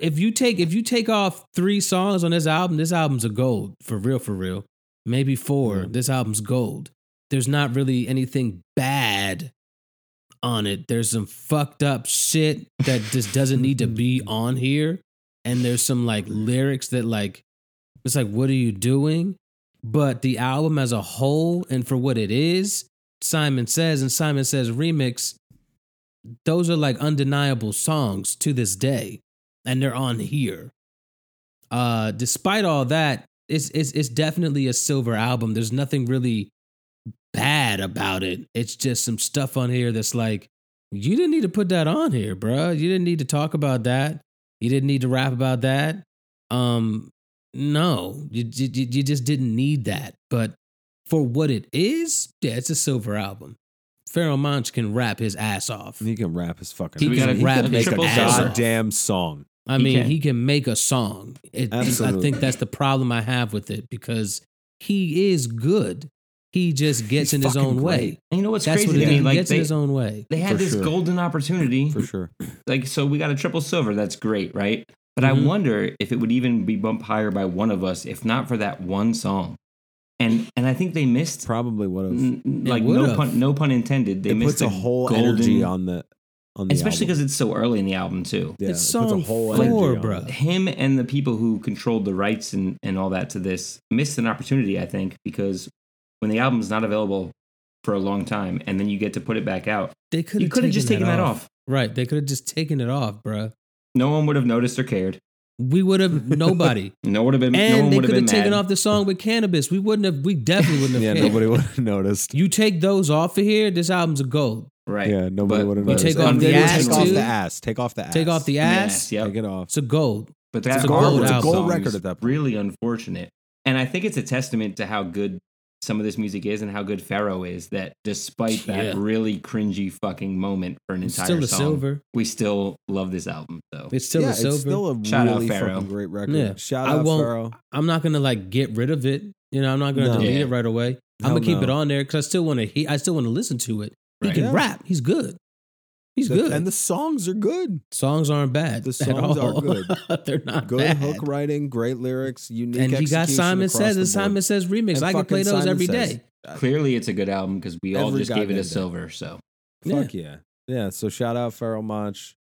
C: If you take if you take off three songs on this album, this album's a gold for real for real. Maybe four.
B: Yeah.
C: This album's gold. There's not really anything bad on it. There's some fucked up shit that just doesn't need to be on here. And there's some like lyrics that like it's like what are you doing? But the album as a whole and for what it is, Simon Says and Simon Says Remix, those are like undeniable songs to this day. And they're on here. Uh despite all that, it's it's it's definitely a silver album. There's nothing really bad about it. It's just some stuff on here that's like, you didn't need to put that on here, bruh. You didn't need to talk about that. You didn't need to rap about that. Um, no, you, you, you just didn't need that. But for what it is, yeah, it's a silver album. Pharaoh Monch can rap his ass off.
B: He can rap his fucking.
C: He
D: We gotta-
C: can rap
D: gotta
C: his
D: triple
C: ass
D: down.
C: off.
B: goddamn song.
C: I
D: He
C: mean,
D: can.
C: he can make a song. It, I
B: Absolutely.
C: think that's the problem I have with it because he is good. He just gets
B: He's
C: in his
B: fucking
C: own way.
D: And you know what's
C: that's
D: crazy
C: what it
D: to
C: is.
D: me?
C: He
D: Like
C: gets
D: they,
C: in his own way.
D: they had
B: For
D: this
B: sure.
D: golden opportunity.
B: For sure.
D: Like so, we got a triple silver. That's great, right? But
C: Mhm.
D: I wonder if it would even be bumped higher by one of us if not for that one song. And and I think they missed
B: Probably would
C: Mm,
B: have.
D: N- n- like
C: would've.
D: no pun, no pun intended. They
B: It
D: missed
B: puts a
D: the
B: whole
D: golden,
B: energy on the on the album.
D: especially because it's so early in the album too.
B: Yeah,
C: it's
B: it puts
C: song
B: a whole
C: four,
B: energy on
C: bruh.
B: it.
D: Him and the people who controlled the rights and and all that to this missed an opportunity, I think, because when the album's not available for a long time, and then you get to put it back out,
C: They could
D: you could have just taken that off.
C: Right. They could have just taken it off, bruh.
D: No one would have noticed or cared.
C: We would have nobody.
D: No would have been. no
C: and
D: one
C: they
D: would have
C: could
D: been
C: have taken
D: mad.
C: off the song with cannabis. We wouldn't have we definitely wouldn't have
B: Yeah,
C: cared.
B: nobody would have noticed.
C: You take those off of here, this album's a gold.
D: Right.
B: Yeah, nobody
D: But
B: would have
D: you
B: noticed.
D: take off
B: And
D: the
B: they would
D: ass,
B: Take off
D: too?
B: the ass. Take off the ass.
C: Take off the ass.
D: Yes. Yep.
B: Take it off.
C: It's a gold.
D: But
C: It's
D: that's
C: a gold
D: that
C: album.
D: song
B: Gold record
D: is
B: at that point.
D: Really unfortunate. And I think it's a testament to how good some of this music is and how good Pharaoh is that despite that
C: Yeah.
D: really cringy fucking moment for an
C: It's
D: entire
C: still a
D: song,
C: silver.
D: we still love this album though.
C: It's still
B: yeah,
C: a silver.
B: It's still a
D: Shout out
B: really
D: Pharaoh.
B: fucking great record.
C: Yeah.
B: Shout
C: I
B: out
C: won't-
B: Pharaoh.
C: I'm not gonna like get rid of it. You know, I'm not gonna
B: No.
C: delete
D: Yeah.
C: it right away. I'm
B: Hell
C: gonna keep
B: no.
C: it on there because I still want to. He- I still want to listen to it. He
D: Right.
C: can
B: Yeah.
C: rap. He's good. He's
B: The-
C: good.
B: And the songs are good.
C: songs aren't bad.
B: The
C: at
B: songs are
C: all.
B: good.
C: They're not
B: Good
C: bad.
B: hook writing, great lyrics, unique.
C: and he got
B: execution
C: Simon
B: across
C: Says
B: the
C: and
B: board.
C: Simon Says remix.
B: And
C: I can play
B: fucking
C: those
B: Simon
C: every day.
B: Says.
D: Clearly it's a good album because we all
B: Every
D: just gave
B: goddamn
D: it a
B: day.
D: silver. So
B: Fuck yeah. Yeah. So shout out Pharaoh Monch.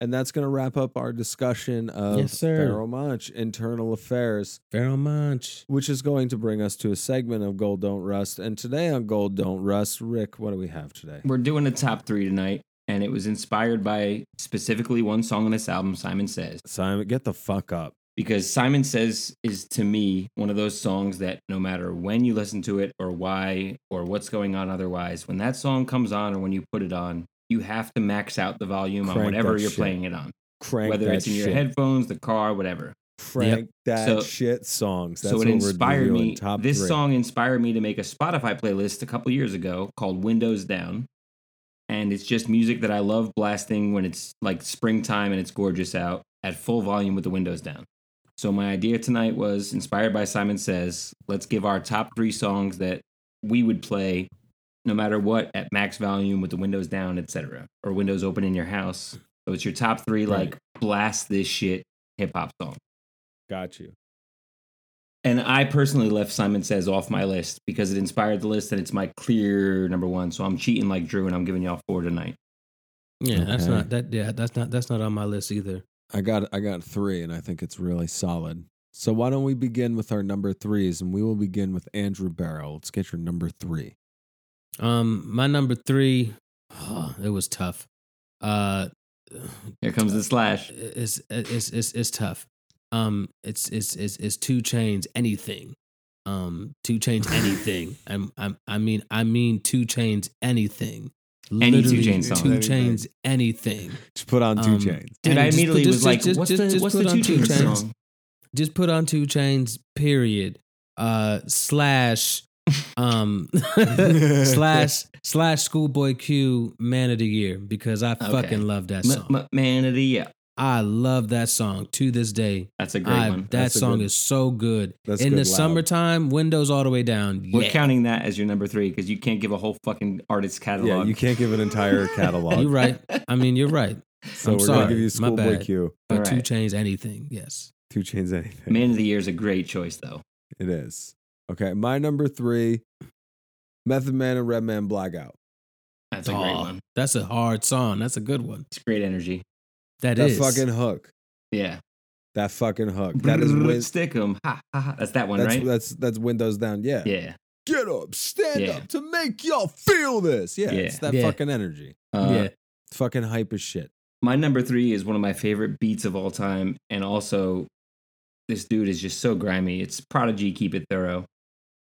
B: And that's going to wrap up our discussion of
C: Yes, sir.
B: Pharaoh Monch, internal affairs,
C: Pharaoh Monch.
B: which is going to bring us to a segment of Gold Don't Rust. And today on Gold Don't Rust, Rick, what do we have today?
D: we're doing a top three tonight, and it was inspired by specifically one song on this album, Simon Says.
B: Simon, get the fuck up.
D: because Simon Says is to me one of those songs that no matter when you listen to it or why or what's going on otherwise, when that song comes on or when you put it on, you have to max out the volume on
B: Crank
D: whatever
B: that
D: you're
B: shit.
D: playing it on,
B: Crank
D: whether
B: that
D: it's in your
B: shit.
D: headphones, the car, whatever.
B: Crank that
D: So-
B: shit songs. That's
D: so
B: what
D: it inspired
B: we're doing.
D: me.
B: Top
D: This
B: three.
D: song inspired me to make a Spotify playlist a couple years ago called Windows Down. And it's just music that I love blasting when it's like springtime and it's gorgeous out at full volume with the windows down. So my idea tonight was inspired by Simon Says, let's give our top 3 songs that we would play no matter what at max volume with the windows down, etc. or windows open in your house. So it's your top 3
B: Right.
D: like blast this shit hip hop song.
B: Got you.
D: And I personally left Simon Says off my list because it inspired the list and it's my clear number one. So I'm cheating like Drew and I'm giving y'all four tonight.
C: Yeah, that's
B: Okay.
C: not that. Yeah, that's not that's not on my list either.
B: I got I got three, and I think it's really solid. So why don't we begin with our number threes, and we will begin with Andrew Barrow. Let's get your number three.
C: Um, my number three. it was tough. Uh,
D: Here comes the slash.
C: it's it's it's it's tough. Um, it's it's it's it's two chains anything. Um, two chains anything. I'm, I'm I mean I mean two chains anything.
D: Any Two
C: Literally,
D: Chainz song.
C: Two chains anything.
B: Just put on two
C: Um,
B: chains.
D: Dude,
C: And
D: I
C: just put-
D: immediately
C: just-
D: was like,
C: just-
D: what's
C: just-
D: the,
C: just
D: what's
C: put
D: the
C: on
D: two chains
C: Chainz.
D: song?
C: Just put on two chains. Period. Uh, slash. Um, slash slash schoolboy Q man of the year because I
D: Okay.
C: fucking love that song.
D: M- M- man of the year.
C: I love that song to this day.
D: That's a great
C: I-
D: one.
C: That
B: That's a
C: song
B: good-
C: is so good.
B: That's
C: In
B: good
C: the
B: loud.
C: summertime, windows all the way down.
D: We're
C: Yeah.
D: counting that as your number three because you can't give a whole fucking artist catalog.
B: Yeah, you can't give an entire catalog.
C: You're right. I mean, you're right.
B: So
C: I'm
B: we're
C: sorry.
B: gonna give you
C: My
B: Schoolboy
C: bad.
B: Q.
C: But
D: All
C: two
D: right.
C: chains anything. Yes.
B: Two chains, anything.
D: Man of the year is a great choice though.
B: It is okay. My number three, Method Man and Red Man Blackout.
D: That's a great
C: Aw,
D: one.
C: That's a hard song. That's a good one.
D: It's great energy.
C: That
B: that
C: is.
B: fucking hook.
D: Yeah.
B: That fucking hook. That is win-
D: stick 'em. Ha, ha, ha. That's that one,
B: that's
D: right?
B: that's that's windows down. Yeah.
D: yeah.
B: Get up, stand
D: Yeah.
B: up to make y'all feel this. Yeah,
D: Yeah.
B: it's that
C: Yeah.
B: fucking energy.
D: Uh,
C: yeah.
B: Fucking hype as shit.
D: my number three is one of my favorite beats of all time, and also this dude is just so grimy. It's Prodigy, keep it thorough.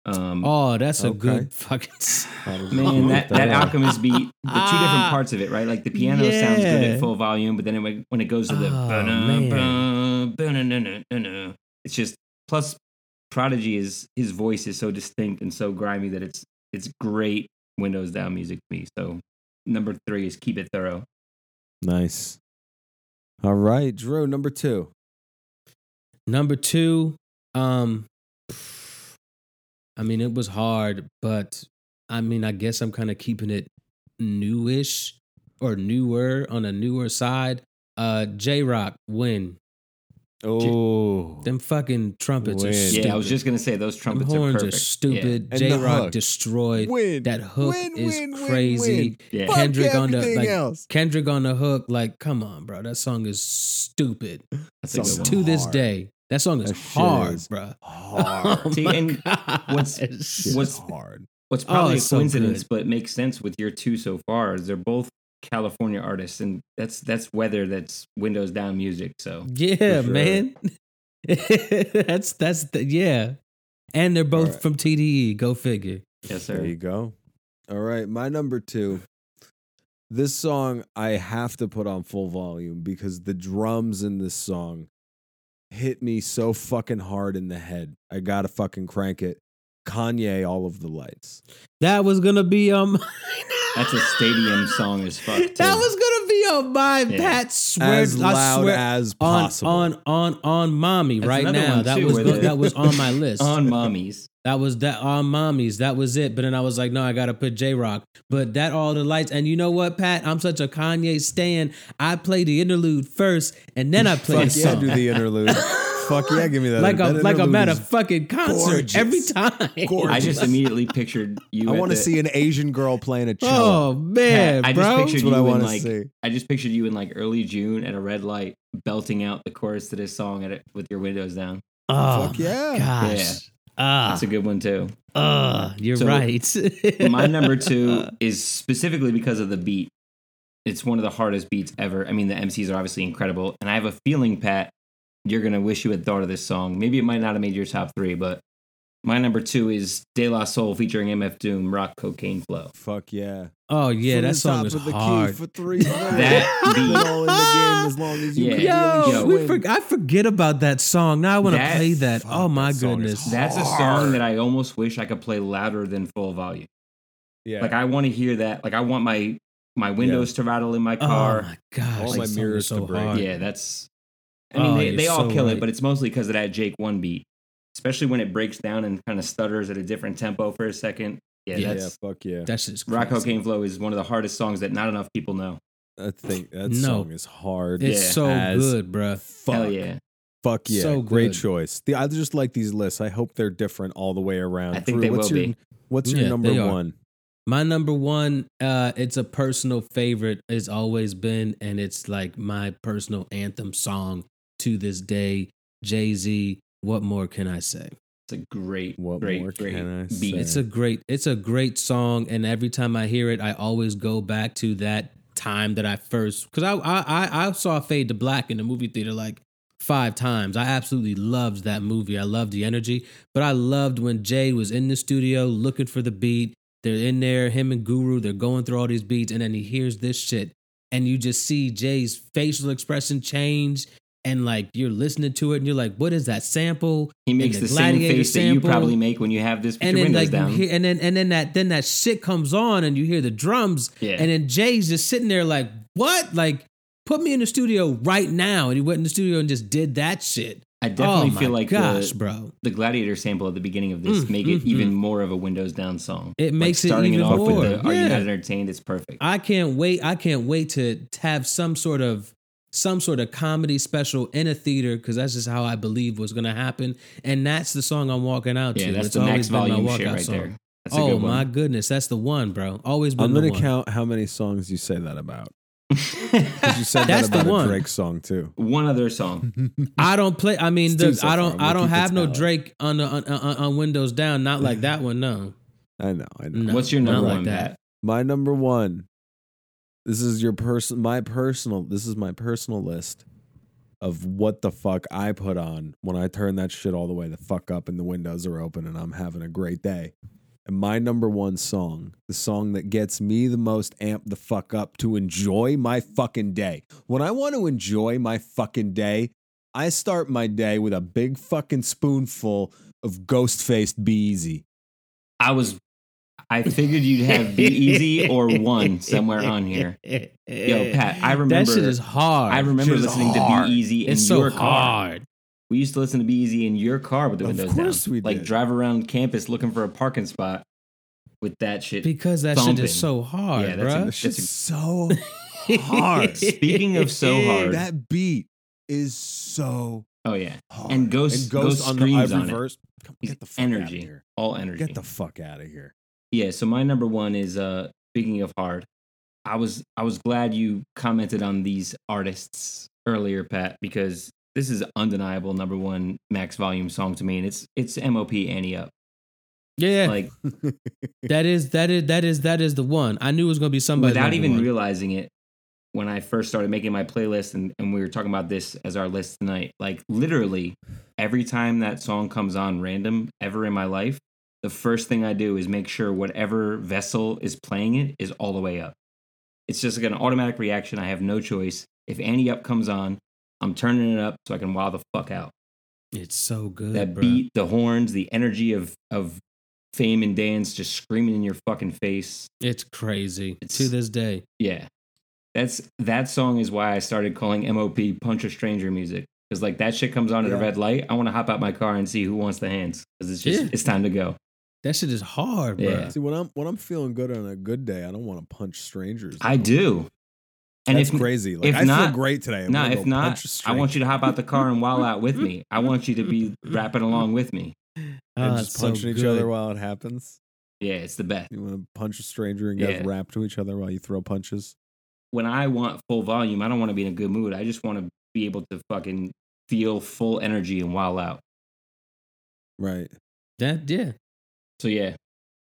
D: Um,
C: Oh, that's a
B: Okay.
C: good fucking. s-
D: Man, that, that
B: Wow.
D: Alchemist beat, the two different parts of it, right? Like the piano sounds good
C: Yeah.
D: at full volume, but then it, when it goes to the.
C: Oh,
D: ba-na,
C: man.
D: ba, ba-na-na-na-na-na, it's just. Plus, Prodigy is. His voice is so distinct and so grimy that it's it's great Windows down music to me. So, number three is Keep It Thorough.
B: Nice. All right, Drew, number two.
C: Number two, um, I mean, it was hard, but I mean, I guess I'm kind of keeping it newish or newer on a newer side. Uh, J Rock win
B: Oh,
C: them fucking trumpets are
B: Win. Yeah, I
C: stupid.
D: Yeah, I was just going to say those
C: them
D: trumpets are
C: horns are,
D: perfect.
C: stupid.
B: And the
C: J Rock
B: hook.
C: destroyed.
B: win.
C: That hook
B: Win,
C: is
B: win, win,
C: crazy.
B: win.
D: Yeah. yeah.
C: Fuck Kendrick on the-
B: everything
C: like-
B: else.
C: Kendrick on the hook, like, come on, bro. That song is stupid.
D: That's a good
B: Sounds
D: one.
C: to this
B: hard.
C: day. That song is
B: That shit
C: hard, Oh
B: is
C: bro.
B: Hard.
D: See, and what's-
B: Shit's
D: what's-
B: hard?
D: What's
C: Oh,
D: probably a
C: it's so
D: coincidence,
C: good.
D: but makes sense with your two so far. Is they're both California artists, and that's that's weather. That's windows down music. So
C: yeah,
D: For sure.
C: man. that's that's the, yeah, and they're both
B: Alright.
C: from TDE. Go figure.
D: yes,
B: There you
D: sir.
B: go. All right, my number two. This song I have to put on full volume because the drums in this song hit me so fucking hard in the head. I gotta fucking crank it. Kanye, all of the lights.
C: That was gonna be um.
D: That's a stadium song as fuck. Too.
C: That was gonna be on my
D: Yeah.
C: Pat. Swear,
B: As
C: I
B: loud
C: swear.
B: as
C: on,
B: possible.
C: on on on mommy
D: That's
C: right
D: another
C: now.
D: one,
C: That
D: too,
C: was
D: where
C: go-
D: they-
C: that was on my list.
D: on mommies.
C: That was that on mommies. That was it. But then I was like, no, I gotta put J Rock. But that all the lights. And you know what, Pat? I'm such a Kanye stan. I play the interlude first, and then I play the
B: Fuck yeah,
C: song.
B: do the interlude. Fuck yeah, give me that.
C: like
B: that
C: a like
B: interlude
C: I'm at a
B: is-
C: fucking concert
B: gorgeous.
C: every time.
B: Gorgeous.
D: I just immedially pictured you.
B: I
D: at
B: want to
D: the-
B: see an Asian girl playing a cello.
C: Oh man,
D: I just
C: bro.
D: pictured
B: That's what I
D: you in
B: want to
D: like
B: see.
D: I just pictured you in like early June at a red light, belting out the chorus to this song at it with your windows down.
C: oh
B: Fuck yeah.
D: Yeah.
C: gosh. Ah,
D: That's a good one too.
C: ah, you're
D: So,
C: right.
D: my number two is specifically because of the beat. It's one of the hardest beats ever. I mean, the MCs are obviously incredible, and I have a feeling, Pat, you're gonna wish you had thought of this song. Maybe it might not have made your top three, but my number two is De La Soul featuring MF Doom, Rock Cocaine Flow.
B: Fuck yeah.
C: Oh yeah,
B: From
C: that
B: the
C: song
B: top
C: is
B: of the
C: hard.
B: Key for three
D: That
B: minutes.
D: beat.
B: Been all in the game as long as you
D: Yeah.
B: can
C: Yo,
B: really
C: we
B: swing.
C: for, I forget about that song. Now I want to
D: That-
C: play that.
B: Fuck,
C: Oh my
B: that song is
C: goodness.
B: hard.
D: That's a song that I almost wish I could play louder than full volume.
B: yeah.
D: Like I want to hear that. Like I want my my windows to rattle in my car.
C: Oh my gosh,
B: All
C: that
B: my
C: song is
B: mirrors
C: so
B: to break.
C: hard.
D: Yeah, that's. I mean,
C: Oh,
D: they,
C: you're
D: they all
C: so
D: kill
C: right.
D: it, but it's mostly because of that Jake one beat, especially when it breaks down and kind of stutters at a different tempo for a second. Yeah,
C: Yeah.
D: that's
B: yeah, fuck yeah.
C: that shit's
D: Rock
C: crazy.
D: Cocaine Flow is one of the hardest songs that not enough people know.
B: I think that
C: No.
B: song is hard.
C: It's
D: Yeah.
C: so
B: as
C: good, bruh.
B: Fuck.
D: Hell yeah!
B: Fuck yeah.
C: So
B: Great
C: good.
B: choice. The, I just like these lists. I hope they're different all the way around.
D: I think
B: Drew,
D: they
B: what's
D: will
B: your,
D: be.
B: What's your
C: Yeah,
B: number
C: they are.
B: one?
C: My number one, uh, it's a personal favorite. It's always been, and it's like my personal anthem song to this day. Jay Z, what more can I say?
D: It's a great,
B: What
D: great,
B: more
D: great
B: can I
D: beat.
B: say?
D: It's
C: It's a great, it's a great song, and every time I hear it, I always go back to that time that I first because I, I I I saw Fade to Black in the movie theater like five times. I absolutely loved that movie. I loved the energy, but I loved when Jay was in the studio looking for the beat. They're in there, him and Guru. They're going through all these beats, and then he hears this shit, and you just see Jay's facial expression change. And like you're listening to it, and you're like, "What is that sample?"
D: he makes
C: the
D: the, same
C: Gladiator
D: face that you
C: sample.
D: probably make when you have this with
C: and
D: your
C: then
D: windows
C: like
D: down.
C: you hear, and then and then that then that shit comes on and you hear the drums
D: yeah,
C: and then Jay's just sitting there like what like put me in the studio right now and he went in the studio and just did that shit
D: I definitely
C: oh my
D: feel like uh,
C: gosh
D: the,
C: bro
D: the Gladiator sample at the beginning of this
C: Mm,
D: make
C: mm,
D: it even more of a windows down song.
C: It makes it
D: starting
C: even
D: off
C: more,
D: with the "Are
C: yeah.
D: you not entertained?" It's perfect.
C: I can't wait I can't wait to to have some sort of some sort of comedy special in a theater because that's just how I believe was gonna happen and that's the song I'm walking out
D: yeah,
C: to
D: that's
C: it's
D: the
C: always
D: next
C: been my
D: volume shit
C: walkout
D: right
C: song.
D: there. That's a
C: oh
D: good one.
C: my goodness that's the one bro always been
B: I'm
C: the
B: going to
C: one.
B: count how many songs you say that about. 'Cause You said
C: That's
B: that
C: the
B: about
C: one.
B: a Drake song too.
D: one other song.
C: I don't play. I mean,
B: It's
C: the,
B: two so
C: I
B: far.
C: don't.
B: We'll
C: I don't
B: keep it
C: have no
B: tally.
C: Drake on the on, on, on Windows down. Not like that one. No.
B: I know, I know.
C: No,
D: What's your
C: not
D: number
C: like
D: one,
C: that.
D: Pat?
B: My number one. This is your person. My personal. This is my personal list. of what the fuck I put on when I turn that shit all the way the fuck up and the windows are open and I'm having a great day. And my number one song, the song that gets me the most amped the fuck up to enjoy my fucking day. When I want to enjoy my fucking day, I start my day with a big fucking spoonful of Ghostface Be Easy.
D: I was. I figured you'd have Be Easy or One somewhere on here. Yo, Pat, I
C: that
D: remember.
C: shit is hard.
D: I remember
B: Shit is
D: listening to
B: hard.
D: Be Easy in
C: it's so
D: your car.
C: hard.
D: We used to listen to Be Easy in your car with the
B: Of
D: windows
B: course
D: down.
B: we
D: like
B: did.
D: drive around campus looking for a parking spot with that shit.
C: Because that shit
D: Thumping.
C: is so hard,
D: Yeah,
B: That
D: that's
B: shit's so
C: bruh.
B: hard.
D: Speaking of so hard.
B: that beat is so
D: oh yeah,
B: hard.
D: And Ghost- Ghost screams on it.
B: Come,
D: He's
B: get the fuck out of
D: energy,
B: here.
D: all energy.
B: Get the fuck out of here.
D: yeah. So my number one is uh, speaking of hard. I was I was glad you commented on these artists earlier, Pat, because this is undeniable number one max volume song to me, and it's it's MOP Annie up.
C: yeah,
D: Like
C: that is that is that is that is the one. I knew it was gonna be somebody
D: without even realizing it when i first started making my playlist and, and we were talking about this as our list tonight like literally every time that song comes on random ever in my life the first thing i do is make sure whatever vessel is playing it is all the way up it's just like an automatic reaction i have no choice if annie up comes on i'm turning it up so i can wow the fuck out
C: It's so good.
D: that
C: bruh.
D: beat, the horns, the energy of of fame and dance just screaming in your fucking face.
C: It's crazy
D: It's-
C: to this day.
D: Yeah. That's that song is why I started calling MOP Punch a Stranger music. Because like that shit comes on at a
B: Yeah.
D: red light. I want to hop out my car and see who wants the hands. Because it's just
C: Yeah.
D: it's time to go.
C: That shit is hard, bro.
D: Yeah.
B: See when I'm when I'm feeling good on a good day, I don't want to punch strangers.
D: I do. And
B: That's
D: if
B: crazy. Like
D: if
B: I
D: not-
B: feel great today. I'm
D: no,
B: gonna go
D: if not,
B: punch a
D: I
B: stranger.
D: want you to hop out the car and wild out with me. I want you to be rapping along with me.
C: Ah,
D: Ah,
B: and just punching each other while it happens.
D: Yeah, it's the best.
B: You want to punch a stranger and guys
D: Yeah.
B: rap to each other while you throw punches.
D: When I want full volume, I don't want to be in a good mood. I just want to be able to fucking feel full energy and wild out.
B: Right.
C: That yeah.
D: So yeah,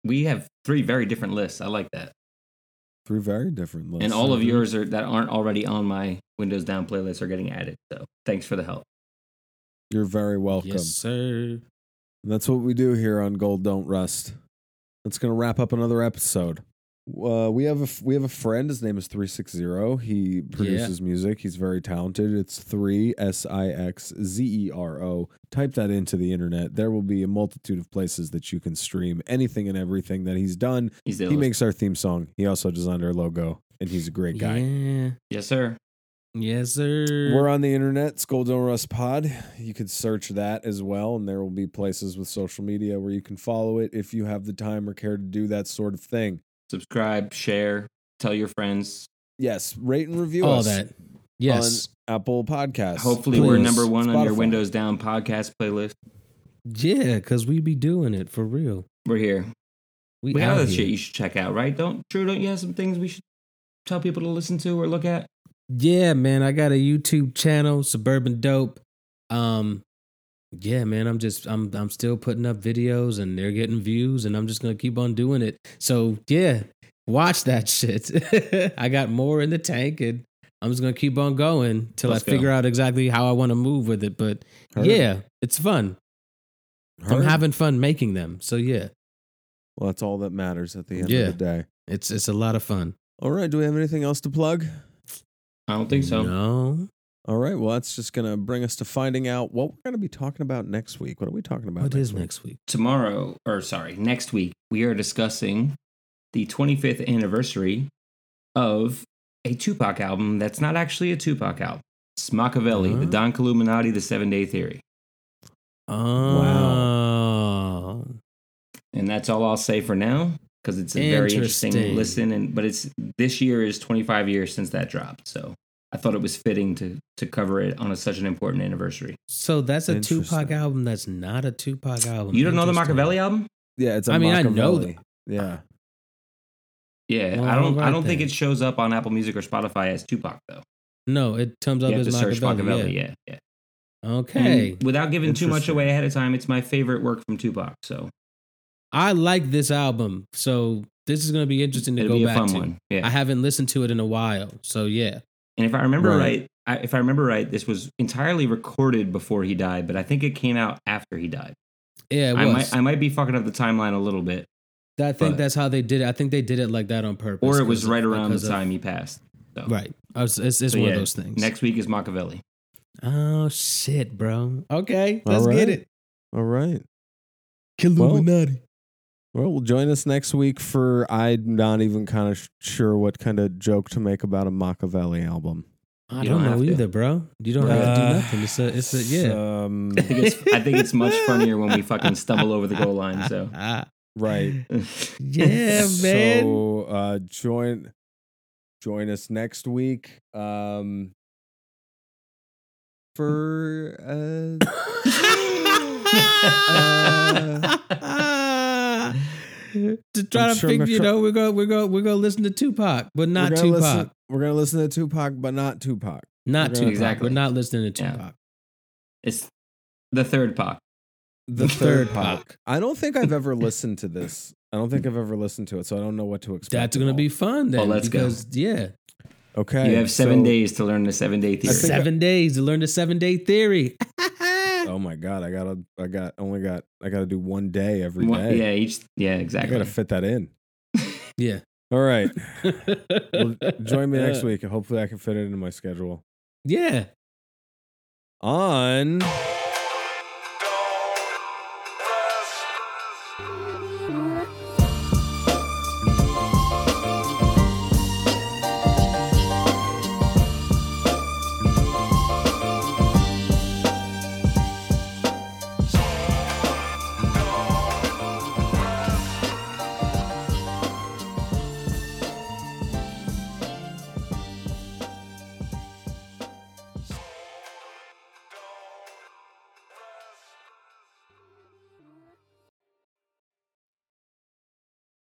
D: we have three very different lists. I like that.
B: Three very different lists.
D: and all of
C: Mhm.
D: yours are, that aren't already on my Windows Down playlist are getting added. So thanks for the help.
B: You're very welcome.
C: Yes, sir.
B: And that's what we do here on Gold Don't Rust. That's gonna wrap up another episode. Uh, we have a f- we have a friend. His name is Three Six Zero. He produces music. He's very talented. It's three S I X Z E R O. Type that into the internet. There will be a multitude of places that you can stream anything and everything that he's done.
D: He's the
B: He
D: illest.
B: makes our theme song. He also designed our logo, and he's a great guy.
C: Yeah.
D: yes, sir.
C: Yes, sir.
B: We're on the internet, Skull Don't Rust Pod. You could search that as well, and there will be places with social media where you can follow it if you have the time or care to do that sort of thing.
D: Subscribe, share, tell your friends.
B: Yes, rate and review
C: all
B: us
C: that. Yes.
B: on Apple Podcasts.
D: Hopefully, we're
C: Please.
D: number one on your
B: Spotify.
D: Windows Down podcast playlist.
C: yeah, because we be doing it for real.
D: We're here.
C: We,
D: We got
C: out
D: other
C: here.
D: shit you should check out, right? Don't Drew? Don't you have some things we should tell people to listen to or look at?
C: Yeah, man, I got a YouTube channel, Suburban Dope. Um yeah, man, I'm just I'm I'm still putting up videos and they're getting views and I'm just going to keep on doing it. So, yeah, watch that shit. I got more in the tank and I'm just going to keep on going till I
D: Let's go.
C: figure out exactly how I want to move with it, but
B: Heard.
C: yeah, it's fun. I'm
B: Heard.
C: having fun making them. So, yeah,
B: Well, that's all that matters at the end
C: Yeah.
B: of the day.
C: it's it's a lot of fun.
B: All right, do we have anything else to plug?
D: I don't think so.
C: No.
B: All right, well, that's just going to bring us to finding out what we're going to be talking about next week. What are we talking about
C: What
B: next
C: is
B: week?
C: next week?
D: Tomorrow, or sorry, next week, we are discussing the 25th anniversary of a Tupac album that's not actually a Tupac album. It's Machiavelli,
C: Huh?
D: the Don Illuminati, the Seven Day Theory.
C: Oh. Wow.
D: and that's all I'll say for now because it's a very interesting
C: Interesting.
D: listen. And but it's this year is 25 years since that dropped, so I thought it was fitting to to cover it on a, such an important anniversary.
C: So that's a Tupac
B: Interesting.
C: album that's not a Tupac album.
D: You don't know the
C: Interesting.
D: Machiavelli album?
B: Yeah, it's a
C: I mean, I know
B: Machiavelli. Yeah.
D: Yeah,
C: Well,
D: I don't. I
C: alright
D: don't think
C: then.
D: it shows up on Apple Music or Spotify as Tupac though.
C: No, it comes up
D: You have
C: as
D: to search
C: Machiavelli.
D: Machiavelli.
C: yeah.
D: Yeah, yeah. Mm.
C: Okay.
D: And without giving too much
B: Interesting.
D: away ahead of time, it's my favorite work from Tupac. So
C: I like this album. So this is going to be interesting to
D: it'll
C: go
D: be a
C: back
D: fun
C: to.
D: one.
C: I
D: Yeah.
C: haven't listened to it in a while. So yeah.
D: And if I remember
B: Right.
D: right, I, if I remember right, this was entirely recorded before he died, but I think it came out after he died.
C: Yeah, it
D: I
C: was.
D: might I might be fucking up the timeline a little bit,
C: I think
D: but-
C: that's how they did it. I think they did it like that on purpose.
D: or it was
C: 'cause of-
D: right around the
C: because of-
D: time he passed. So.
C: Right. I was- It's, it's
D: So
C: one
D: yeah,
C: of those things.
D: Next week is Machiavelli.
C: Oh shit, bro. Okay,
B: All
C: let's
B: right.
C: get it.
B: All right.
C: Illuminati.
B: Well, well, join us next week for I'm not even kind of sure what kind of joke to make about a Machiavelli album.
C: I
D: You
C: don't,
D: don't have
C: know
D: to.
C: either, bro. You don't have
D: Uh,
C: to do nothing. It's a, it's a yeah.
B: Um,
D: I think it's I think it's much funnier when we fucking stumble over the goal line. So
B: right.
C: Ah. yeah, man.
B: So uh, join join us next week um, for uh,
C: Ah. to try
B: I'm
C: to
B: sure
C: figure, you
B: Metro-
C: know, we're gonna we're gonna we're gonna listen to Tupac, but not
B: we're gonna
C: Tupac,
B: Listen, we're gonna listen to Tupac, but not Tupac.
C: not
B: we're
C: Tupac.
B: gonna-
D: Exactly.
C: We're not listening to
D: Yeah.
C: Tupac.
D: it's the third Pac.
B: The third
C: third
B: Pac.
C: Pac.
B: I don't think I've ever listened to this. I don't think I've ever listened to it, so I don't know what to expect.
C: That's
B: at
C: gonna
B: all.
C: be fun then.
B: Oh,
D: Well, let's go.
C: because yeah,
B: okay.
D: you have seven
B: so-
D: days to learn the seven day
B: I
D: theory.
B: think-
C: seven days to learn the seven day theory.
B: Oh my god, I gotta, I got only got, I gotta do one day every day.
D: One- yeah, each. Yeah,
B: I
D: exactly.
B: gotta fit that in.
C: yeah.
B: All right, well, join me next week. Hopefully, I can fit it into my schedule.
C: Yeah.
B: On.